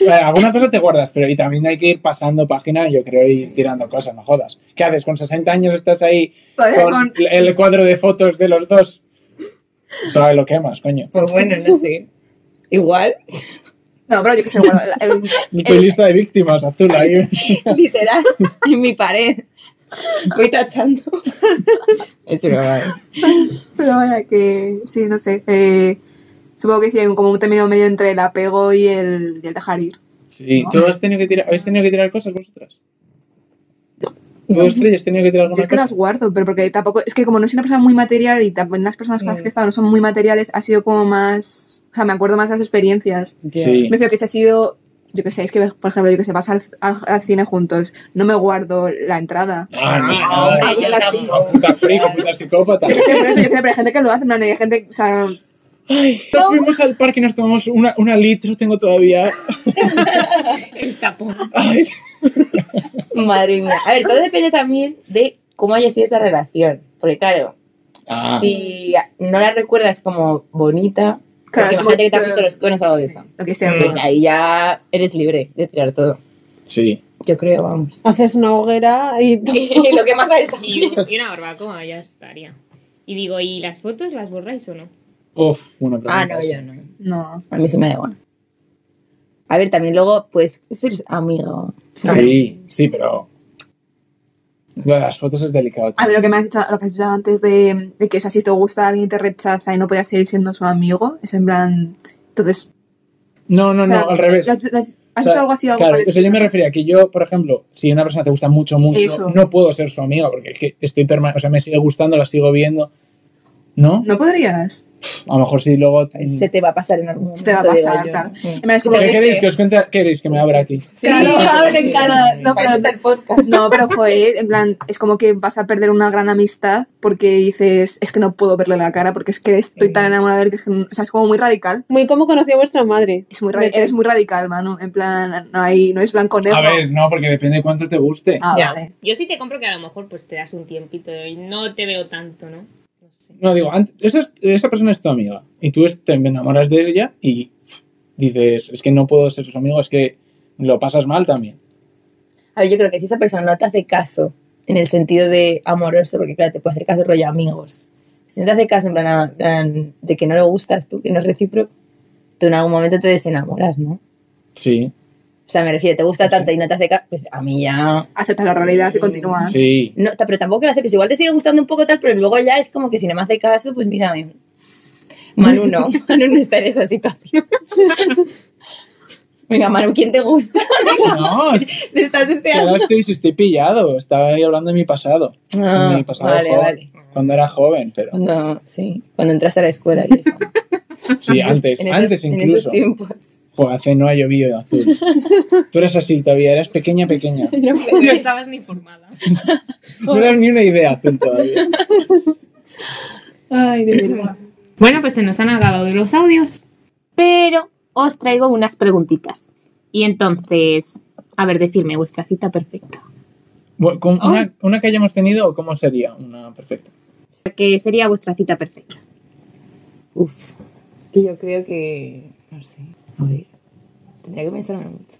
Speaker 3: Eh, Alguna cosa te guardas, pero y también hay que ir pasando página, yo creo, y
Speaker 4: Sí.
Speaker 3: tirando cosas, no jodas. ¿Qué haces? Con 60 años estás ahí
Speaker 4: todavía
Speaker 3: con
Speaker 4: con-
Speaker 3: el cuadro de fotos de los dos. Sabes lo que más, coño.
Speaker 5: Pues bueno, no sé. Igual.
Speaker 4: No, pero yo que sé, guardo el- el-
Speaker 3: Tu lista de víctimas, azul ahí.
Speaker 5: Literal, en mi pared. Voy tachando. Es broma.
Speaker 4: Pero vaya que... Sí, no sé. eh, supongo que sí hay un- como un término medio entre el apego y el, y el dejar ir.
Speaker 3: Sí, ¿tú has tenido que tirar, habéis tenido que tirar cosas vosotras? ¿Tú, Estrella, has tenido que tirar
Speaker 4: Yo
Speaker 3: alguna
Speaker 4: es que las
Speaker 3: cosa?
Speaker 4: guardo, pero porque tampoco... Es que como no soy una persona muy material y también las personas
Speaker 3: Mm.
Speaker 4: con las que he estado no son muy materiales, ha sido como más... O sea, me acuerdo más de las experiencias.
Speaker 3: Sí.
Speaker 4: Me refiero que si ha sido, yo que sé, es que, por ejemplo, yo que sé, vas al, al, al cine juntos, no me guardo la entrada.
Speaker 3: Ah,
Speaker 5: Ah,
Speaker 3: no,
Speaker 4: yo la sigo.
Speaker 3: no, puta frico, puta psicópata.
Speaker 4: Yo que sé, por eso, yo que sé, pero hay gente que lo hace, en plan, hay gente, o sea,
Speaker 3: Nos fuimos al parque y nos tomamos una, una litro, tengo todavía.
Speaker 10: El tapón.
Speaker 3: Ay,
Speaker 5: Madre mía. A ver, todo depende también de cómo haya sido esa relación. Porque claro,
Speaker 3: Ah,
Speaker 5: si no la recuerdas como bonita,
Speaker 4: Claro,
Speaker 5: porque
Speaker 4: es
Speaker 5: imagínate que te
Speaker 4: como-
Speaker 5: has puesto los conos o algo de
Speaker 4: sí,
Speaker 5: eso.
Speaker 4: lo que sea.
Speaker 5: Entonces ahí ya eres libre de tirar todo.
Speaker 3: sí.
Speaker 5: Yo creo, vamos.
Speaker 11: Haces una hoguera y todo.
Speaker 5: Y lo que más hay también.
Speaker 10: Y, y una barbacoa, ya estaría. Y digo, ¿y las fotos las borráis o no?
Speaker 3: Uf, una pregunta.
Speaker 5: Ah, no,
Speaker 3: esa.
Speaker 5: yo no.
Speaker 4: No,
Speaker 5: A mí se me da igual. A ver, también luego, pues, ser amigo.
Speaker 3: Sí, sí, pero. Lo de las fotos es delicado.
Speaker 4: a
Speaker 3: también.
Speaker 4: ver, lo que me has dicho, lo que has dicho antes de, de que, o sea, si te gusta alguien y te rechaza y no podías seguir siendo su amigo, es en plan, entonces...
Speaker 3: No, no,
Speaker 4: o sea, eh,
Speaker 3: no, al revés.
Speaker 4: ¿Has, has- has
Speaker 3: O sea,
Speaker 4: hecho algo así? Algo
Speaker 3: Claro,
Speaker 4: parecido?
Speaker 3: eso yo me refería a que yo, por ejemplo, si una persona te gusta mucho, mucho,
Speaker 4: Eso.
Speaker 3: no puedo ser su amiga porque es que estoy perma- o sea, me sigue gustando, la sigo viendo. ¿No?
Speaker 4: No podrías.
Speaker 3: A lo mejor si luego.
Speaker 5: Se te va a pasar en algún momento.
Speaker 4: Se te va a
Speaker 5: digo
Speaker 4: pasar,
Speaker 5: yo.
Speaker 4: claro.
Speaker 5: Sí.
Speaker 4: En plan, es como
Speaker 3: ¿Qué
Speaker 4: que- este.
Speaker 3: queréis que os cuente? ¿Queréis que me abra aquí?
Speaker 4: Claro, claro, te encanta. No, pero
Speaker 5: podcast.
Speaker 4: No, pero joder, en plan, es como que vas a perder una gran amistad porque dices, es que no puedo verle la cara porque es que estoy tan enamorada de él que, es que no-". o sea, es como muy radical.
Speaker 11: Muy como conocí a vuestra madre.
Speaker 4: Es muy radi- eres muy radical, mano. En plan, no, hay, no es blanco negro.
Speaker 3: A ver, no, porque depende de cuánto te guste.
Speaker 4: Ah,
Speaker 10: Ya.
Speaker 4: vale.
Speaker 10: Yo sí te compro que a lo mejor pues te das un tiempito y no te veo tanto, ¿no? No sé.
Speaker 3: No, digo, ant- esa, es- esa persona es tu amiga y tú es- te enamoras de ella y dices, es que no puedo ser su amigo, es que lo pasas mal también.
Speaker 5: A ver, yo creo que si esa persona no te hace caso en el sentido de amoroso, porque claro, te puede hacer caso rollo amigos. Si no te hace caso en plan, a- plan de que no le gustas tú, que no es recíproco, tú en algún momento te desenamoras, ¿no?
Speaker 3: Sí,
Speaker 5: O sea, me refiero, te gusta
Speaker 3: Sí.
Speaker 5: tanto y no te hace caso, pues a mí ya...
Speaker 4: Aceptas la realidad y
Speaker 5: Mm,
Speaker 4: continúas.
Speaker 3: sí.
Speaker 5: No, ta- pero tampoco le hace caso. Igual te sigue gustando un poco tal, pero luego ya es como que si no me hace caso, pues mira, eh, Manu no. Manu no está en esa situación. Venga, Manu, ¿quién te gusta?
Speaker 3: No,
Speaker 5: ¿Le estás deseando?
Speaker 3: quedasteis y estoy pillado. Estaba ahí hablando de mi pasado,
Speaker 5: Ah,
Speaker 3: mi pasado
Speaker 5: vale,
Speaker 3: joven.
Speaker 5: vale.
Speaker 3: cuando era joven, pero
Speaker 5: Cuando, sí, cuando entraste a la escuela y eso.
Speaker 3: sí, antes,
Speaker 5: En esos-
Speaker 3: antes
Speaker 5: en esos
Speaker 3: incluso.
Speaker 5: tiempos.
Speaker 3: pues hace no ha llovido azul. Tú eras así todavía, eras pequeña, pequeña.
Speaker 11: No, no estabas ni formada.
Speaker 3: No eras ni una idea azul todavía.
Speaker 10: Ay, de verdad. Bueno, pues se nos han acabado los audios. Pero os traigo unas preguntitas. Y entonces, a ver, decirme vuestra cita perfecta.
Speaker 3: Bu- con una, una que hayamos tenido o cómo sería una perfecta?
Speaker 10: ¿Qué sería vuestra cita perfecta?
Speaker 7: Uf. Es que yo creo que. No sé. A ver. Tendría que pensarme mucho.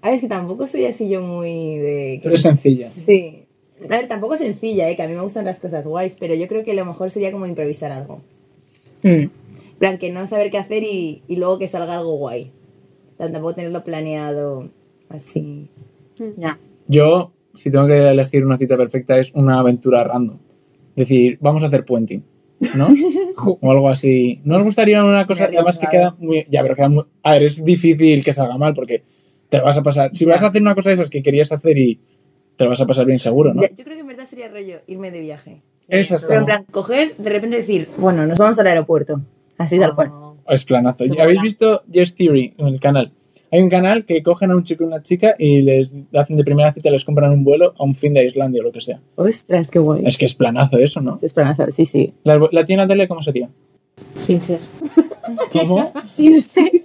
Speaker 7: A ver, es que tampoco soy así yo muy de.
Speaker 3: Tú eres sencilla.
Speaker 7: Sí. A ver, tampoco sencilla, ¿eh? que a mí me gustan las cosas guays, pero yo creo que lo mejor sería como improvisar algo.
Speaker 10: Hmm.
Speaker 7: En plan, que no saber qué hacer y, y luego que salga algo guay. En plan, Tampoco tenerlo planeado así.
Speaker 10: Ya.
Speaker 3: Yo, si tengo que elegir una cita perfecta, es una aventura random. Decir, vamos a hacer puenting, ¿no? o algo así. ¿No os gustaría una cosa?
Speaker 14: Arriesgado.
Speaker 3: Además que queda muy... Ya, pero queda muy... A ver, es difícil que salga mal porque te lo vas a pasar... Si vas a hacer una cosa de esas que querías hacer y te lo vas a pasar bien seguro, ¿no?
Speaker 7: Ya, Yo creo que en verdad sería rollo irme de viaje.
Speaker 3: Esa es
Speaker 7: Pero en
Speaker 3: como-
Speaker 7: plan, coger, de repente decir,
Speaker 5: Bueno, nos vamos al aeropuerto. Así
Speaker 7: Ah.
Speaker 5: tal cual.
Speaker 3: Es planazo. ¿Habéis visto Yes Theory en el canal? Hay un canal que cogen a un chico y una chica y les hacen de primera cita, les compran un vuelo a un fin de Islandia o lo que sea.
Speaker 5: Ostras, qué guay.
Speaker 3: Es que es planazo eso, ¿no?
Speaker 5: Es planazo, sí, sí.
Speaker 3: ¿La, la tía Natalia cómo sería?
Speaker 10: Sin ser.
Speaker 3: ¿Cómo?
Speaker 5: Sin ser.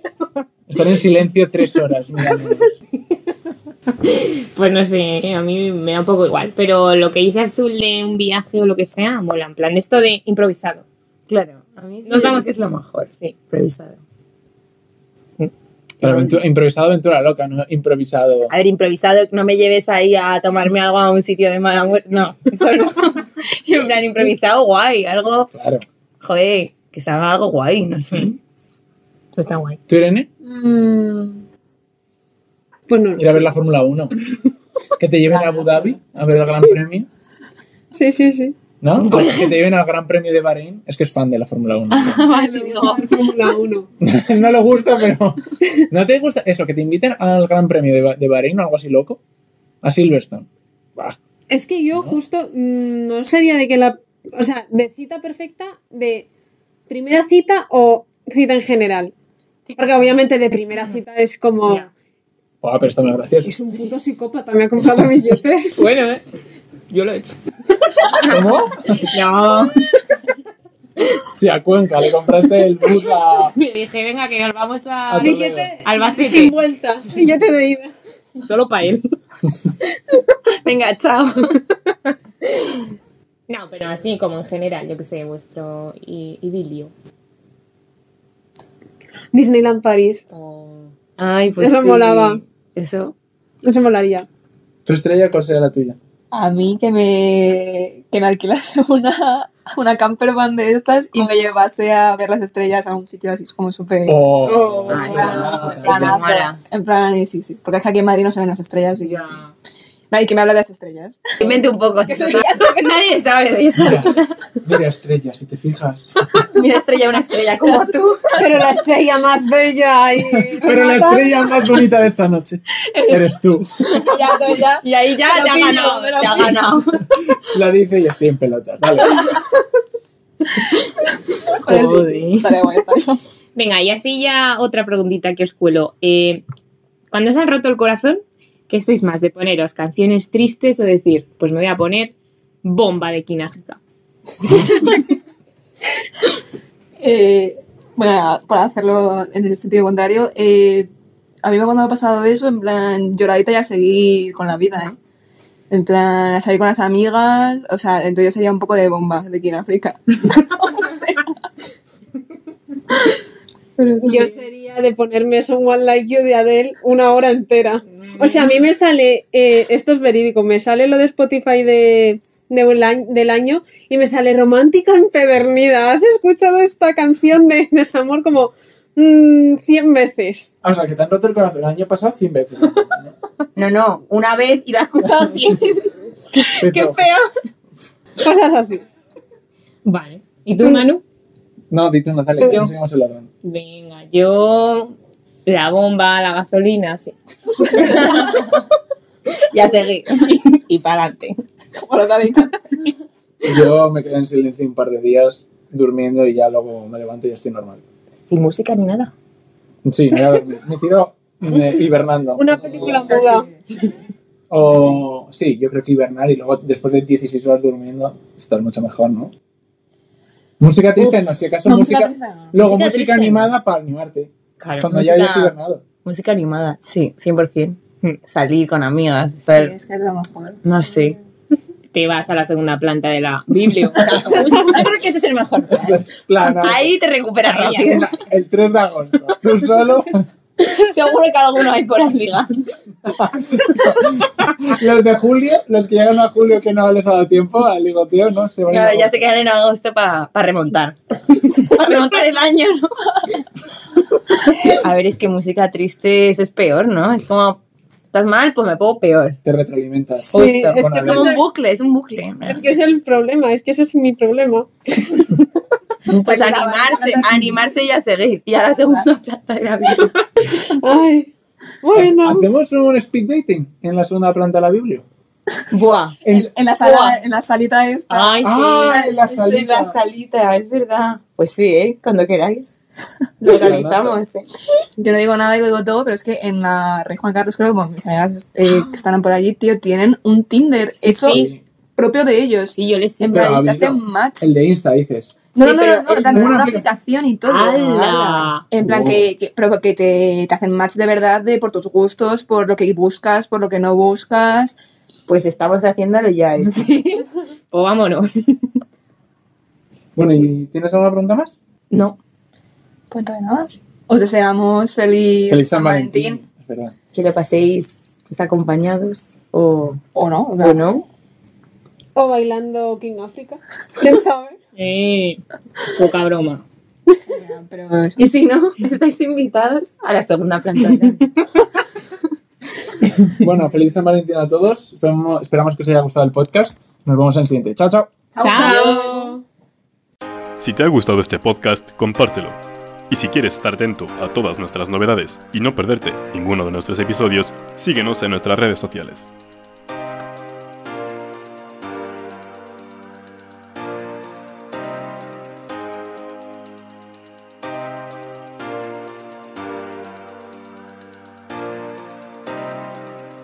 Speaker 3: Estar en silencio tres horas. mirando.
Speaker 10: Pues no sé, a mí me da un poco igual. Pero lo que dice Azul de un viaje o lo que sea, mola. En plan, esto de improvisado.
Speaker 5: Claro. A mí
Speaker 10: Nos vamos.
Speaker 5: Es lo mejor.
Speaker 10: Sí.
Speaker 5: Improvisado.
Speaker 3: Pero aventu- improvisado aventura loca, no improvisado.
Speaker 5: A ver, improvisado, no me lleves ahí a tomarme algo a un sitio de mala muerte. No, eso no. en plan, improvisado, guay. Algo,
Speaker 3: Claro.
Speaker 5: joder, que salga algo guay, no sé.
Speaker 10: Eso está guay.
Speaker 3: ¿Tú, Irene?
Speaker 11: Mm. Pues no. lo
Speaker 3: Ir a ver
Speaker 11: sé.
Speaker 3: la Fórmula 1. Que te lleven a Abu Dhabi a ver el Gran Premio.
Speaker 11: Sí, sí, sí.
Speaker 3: ¿No? Que te lleven al Gran Premio de Bahrein. Es que es fan de la Fórmula 1.
Speaker 11: vale, Fórmula 1.
Speaker 3: no le gusta, pero. ¿No te gusta eso? Que te inviten al Gran Premio de, Ba- de Bahrein o algo así loco. A Silverstone. Bah.
Speaker 11: Es que yo justo mm, no sería de que la. O sea, de cita perfecta, de primera cita o cita en general. Porque obviamente de primera cita es
Speaker 10: Oh.
Speaker 11: como.
Speaker 3: Buah, pero está muy gracioso.
Speaker 11: Es un puto psicópata, me ha comprado billetes.
Speaker 10: Bueno, ¿eh? Yo lo he hecho.
Speaker 3: ¿Cómo?
Speaker 5: No.
Speaker 3: Si a Cuenca le compraste el bus a.
Speaker 10: Me dije, venga, que nos vamos a...
Speaker 3: A Toledo.
Speaker 10: Albacete.
Speaker 11: Sin vuelta, billete de ida.
Speaker 10: Solo para él.
Speaker 5: Venga, chao.
Speaker 10: No, pero así como en general, yo que sé, vuestro i- idilio.
Speaker 11: Disneyland París.
Speaker 5: Ay, pues
Speaker 11: Eso
Speaker 5: sí.
Speaker 11: molaba.
Speaker 5: Eso.
Speaker 11: Eso molaría.
Speaker 3: ¿Tu estrella cuál sería la tuya?
Speaker 4: A mí que me, que me alquilase una, una camper van de estas y me llevase a ver las estrellas a un sitio así como súper...
Speaker 3: Oh.
Speaker 4: en, plan, en plan,
Speaker 5: eso mola.
Speaker 4: en plan, y sí, sí. Porque es que aquí en Madrid no se ven las estrellas y... Nadie que me habla de las estrellas.
Speaker 5: Invente un poco.
Speaker 4: Eso
Speaker 5: Nadie sabe de eso.
Speaker 3: Mira, mira estrella, si te fijas.
Speaker 5: Mira, estrella, una estrella como tú.
Speaker 11: Pero la estrella más bella y.
Speaker 3: Pero la estrella más bonita de esta noche eres tú.
Speaker 4: Ya, ya.
Speaker 5: Y ahí ya
Speaker 4: Me lo
Speaker 5: te ha
Speaker 4: pillo,
Speaker 5: ganado.
Speaker 4: me lo
Speaker 5: Te ha
Speaker 4: pillo.
Speaker 5: ganado.
Speaker 3: La dice y estoy en pelotas. Vale.
Speaker 4: Pues sí, sí, estaría guay, estaría guay.
Speaker 10: Venga, y así ya otra preguntita que os cuelo. Eh, cuando os han roto el corazón, ¿qué sois más de poneros canciones tristes o decir, pues me voy a poner bomba de quinágica?
Speaker 4: Eh, bueno, para hacerlo en el sentido contrario, eh, a mí me- cuando me ha pasado eso, en plan, lloradita ya seguir con la vida, ¿eh? En plan, a salir con las amigas, o sea, entonces yo sería un poco de bomba de quien África.
Speaker 11: Yo sería de ponerme Someone Like You de Adele una hora entera. O sea, a mí me sale, eh, esto es verídico, me sale lo de Spotify de, de un año- del año y me sale Romántica Empedernida. ¿Has escuchado esta canción de Desamor como mm, 100 veces?
Speaker 3: O sea, que te han roto el corazón el año pasado 100 veces.
Speaker 5: No, no, una vez y la has escuchado bien.
Speaker 3: Soy
Speaker 5: ¡Qué
Speaker 3: todo.
Speaker 5: feo!
Speaker 11: Cosas así.
Speaker 10: Vale. ¿Y tú, Manu?
Speaker 3: No, dite Natalia,
Speaker 10: Yo.
Speaker 3: que seguimos el orden.
Speaker 10: Venga, yo... La bomba, la gasolina, sí.
Speaker 5: Ya seguí. Y para adelante.
Speaker 4: Como la talita.
Speaker 3: Yo me quedé en silencio un par de días durmiendo y ya luego me levanto y ya estoy normal.
Speaker 10: Sin música ni nada.
Speaker 3: Sí, voy a dormir. Me tiro eh, hibernando.
Speaker 11: Una
Speaker 4: Oh.
Speaker 11: película muda.
Speaker 3: O sí, yo creo que hibernar y luego después de 16 horas durmiendo, estar mucho mejor, ¿no? Música triste, no, si acaso
Speaker 4: no, música
Speaker 3: música.
Speaker 4: triste no.
Speaker 3: Luego
Speaker 4: Música
Speaker 3: música
Speaker 4: triste,
Speaker 3: animada para animarte.
Speaker 5: Claro,
Speaker 3: cuando ya hayas hibernado.
Speaker 5: Música animada, sí, 100%. Mm, Salir con amigas, estar-
Speaker 4: es que es lo mejor.
Speaker 5: no sé.
Speaker 10: Te vas a la segunda planta de la biblio.
Speaker 5: Yo creo que ese es el mejor.
Speaker 3: Eso es, claro.
Speaker 5: Ahí te recuperas rápido.
Speaker 3: La- El 3 de agosto. Tú solo,
Speaker 5: Seguro que alguno hay por ahí ligando.
Speaker 3: los de julio, los que llegan a julio que no les ha dado tiempo al ligoteo, ¿no? Se van a
Speaker 5: Claro,
Speaker 3: ir a-
Speaker 5: ya se quedan en agosto para remontar. para remontar el año, ¿no? A ver, es que música triste eso es peor, ¿no? Es como, estás mal, pues me pongo peor.
Speaker 3: Te retroalimentas.
Speaker 5: Justo.
Speaker 11: Sí, es
Speaker 3: Con
Speaker 11: que
Speaker 5: Es como
Speaker 11: eso
Speaker 5: un
Speaker 11: es-
Speaker 5: bucle, es un bucle. ¿no?
Speaker 11: Es que es el problema, es que ese es mi problema.
Speaker 5: Pues animarse, animarse y a seguir. Y a la segunda plata de la vida.
Speaker 11: Ay, bueno.
Speaker 3: Hacemos un speed dating en la segunda planta de la Biblia.
Speaker 5: Buah.
Speaker 4: En, en la
Speaker 5: Buah.
Speaker 4: sala, en la salita esta.
Speaker 10: Ay,
Speaker 3: ¡Ah! En la
Speaker 5: De la
Speaker 3: salita.
Speaker 5: salita, es verdad. Pues sí, ¿eh? Cuando queráis. Lo organizamos, ¿eh?
Speaker 4: Yo no digo nada y lo digo todo, pero es que en la Rey Juan Carlos, creo que bueno, mis amigas eh, que están por allí, tío, tienen un Tinder hecho
Speaker 3: Sí.
Speaker 4: propio de ellos.
Speaker 10: sí, yo les
Speaker 4: En
Speaker 10: siento.
Speaker 4: plan,
Speaker 3: Pero
Speaker 4: y se
Speaker 3: aviso,
Speaker 4: hacen match.
Speaker 3: El de Insta, dices.
Speaker 4: No, no,
Speaker 5: Sí,
Speaker 4: no,
Speaker 5: pero
Speaker 4: no, no,
Speaker 5: el-
Speaker 4: en plan,
Speaker 3: una
Speaker 4: una
Speaker 3: aplica-
Speaker 4: aplicación y todo.
Speaker 10: ¡Hala!
Speaker 4: En plan,
Speaker 3: Wow.
Speaker 4: que, que- pero que te, te hacen match de verdad de por tus gustos, por lo que buscas, por lo que no buscas.
Speaker 5: Pues estamos haciéndolo ya, ¿eh?
Speaker 10: Pues vámonos.
Speaker 3: Bueno, ¿y tienes alguna pregunta más?
Speaker 5: No.
Speaker 4: Pues nada más. Os deseamos feliz, San Valentín.
Speaker 3: Es verdad.
Speaker 5: Que lo paséis pues, acompañados o,
Speaker 4: O no, o
Speaker 5: o
Speaker 4: sea,
Speaker 5: no.
Speaker 11: O bailando King África. ¿Quién sabe?
Speaker 10: Eh, poca broma.
Speaker 4: Pero es-
Speaker 5: Y si no, estáis invitados a la segunda planta.
Speaker 3: Bueno, feliz San Valentín a todos. Esperamos, esperamos que os haya gustado el podcast. Nos vemos en el siguiente. Chao, chao.
Speaker 10: ¡Chao!
Speaker 14: Si te ha gustado este podcast, compártelo. Y si quieres estar atento a todas nuestras novedades y no perderte ninguno de nuestros episodios, síguenos en nuestras redes sociales.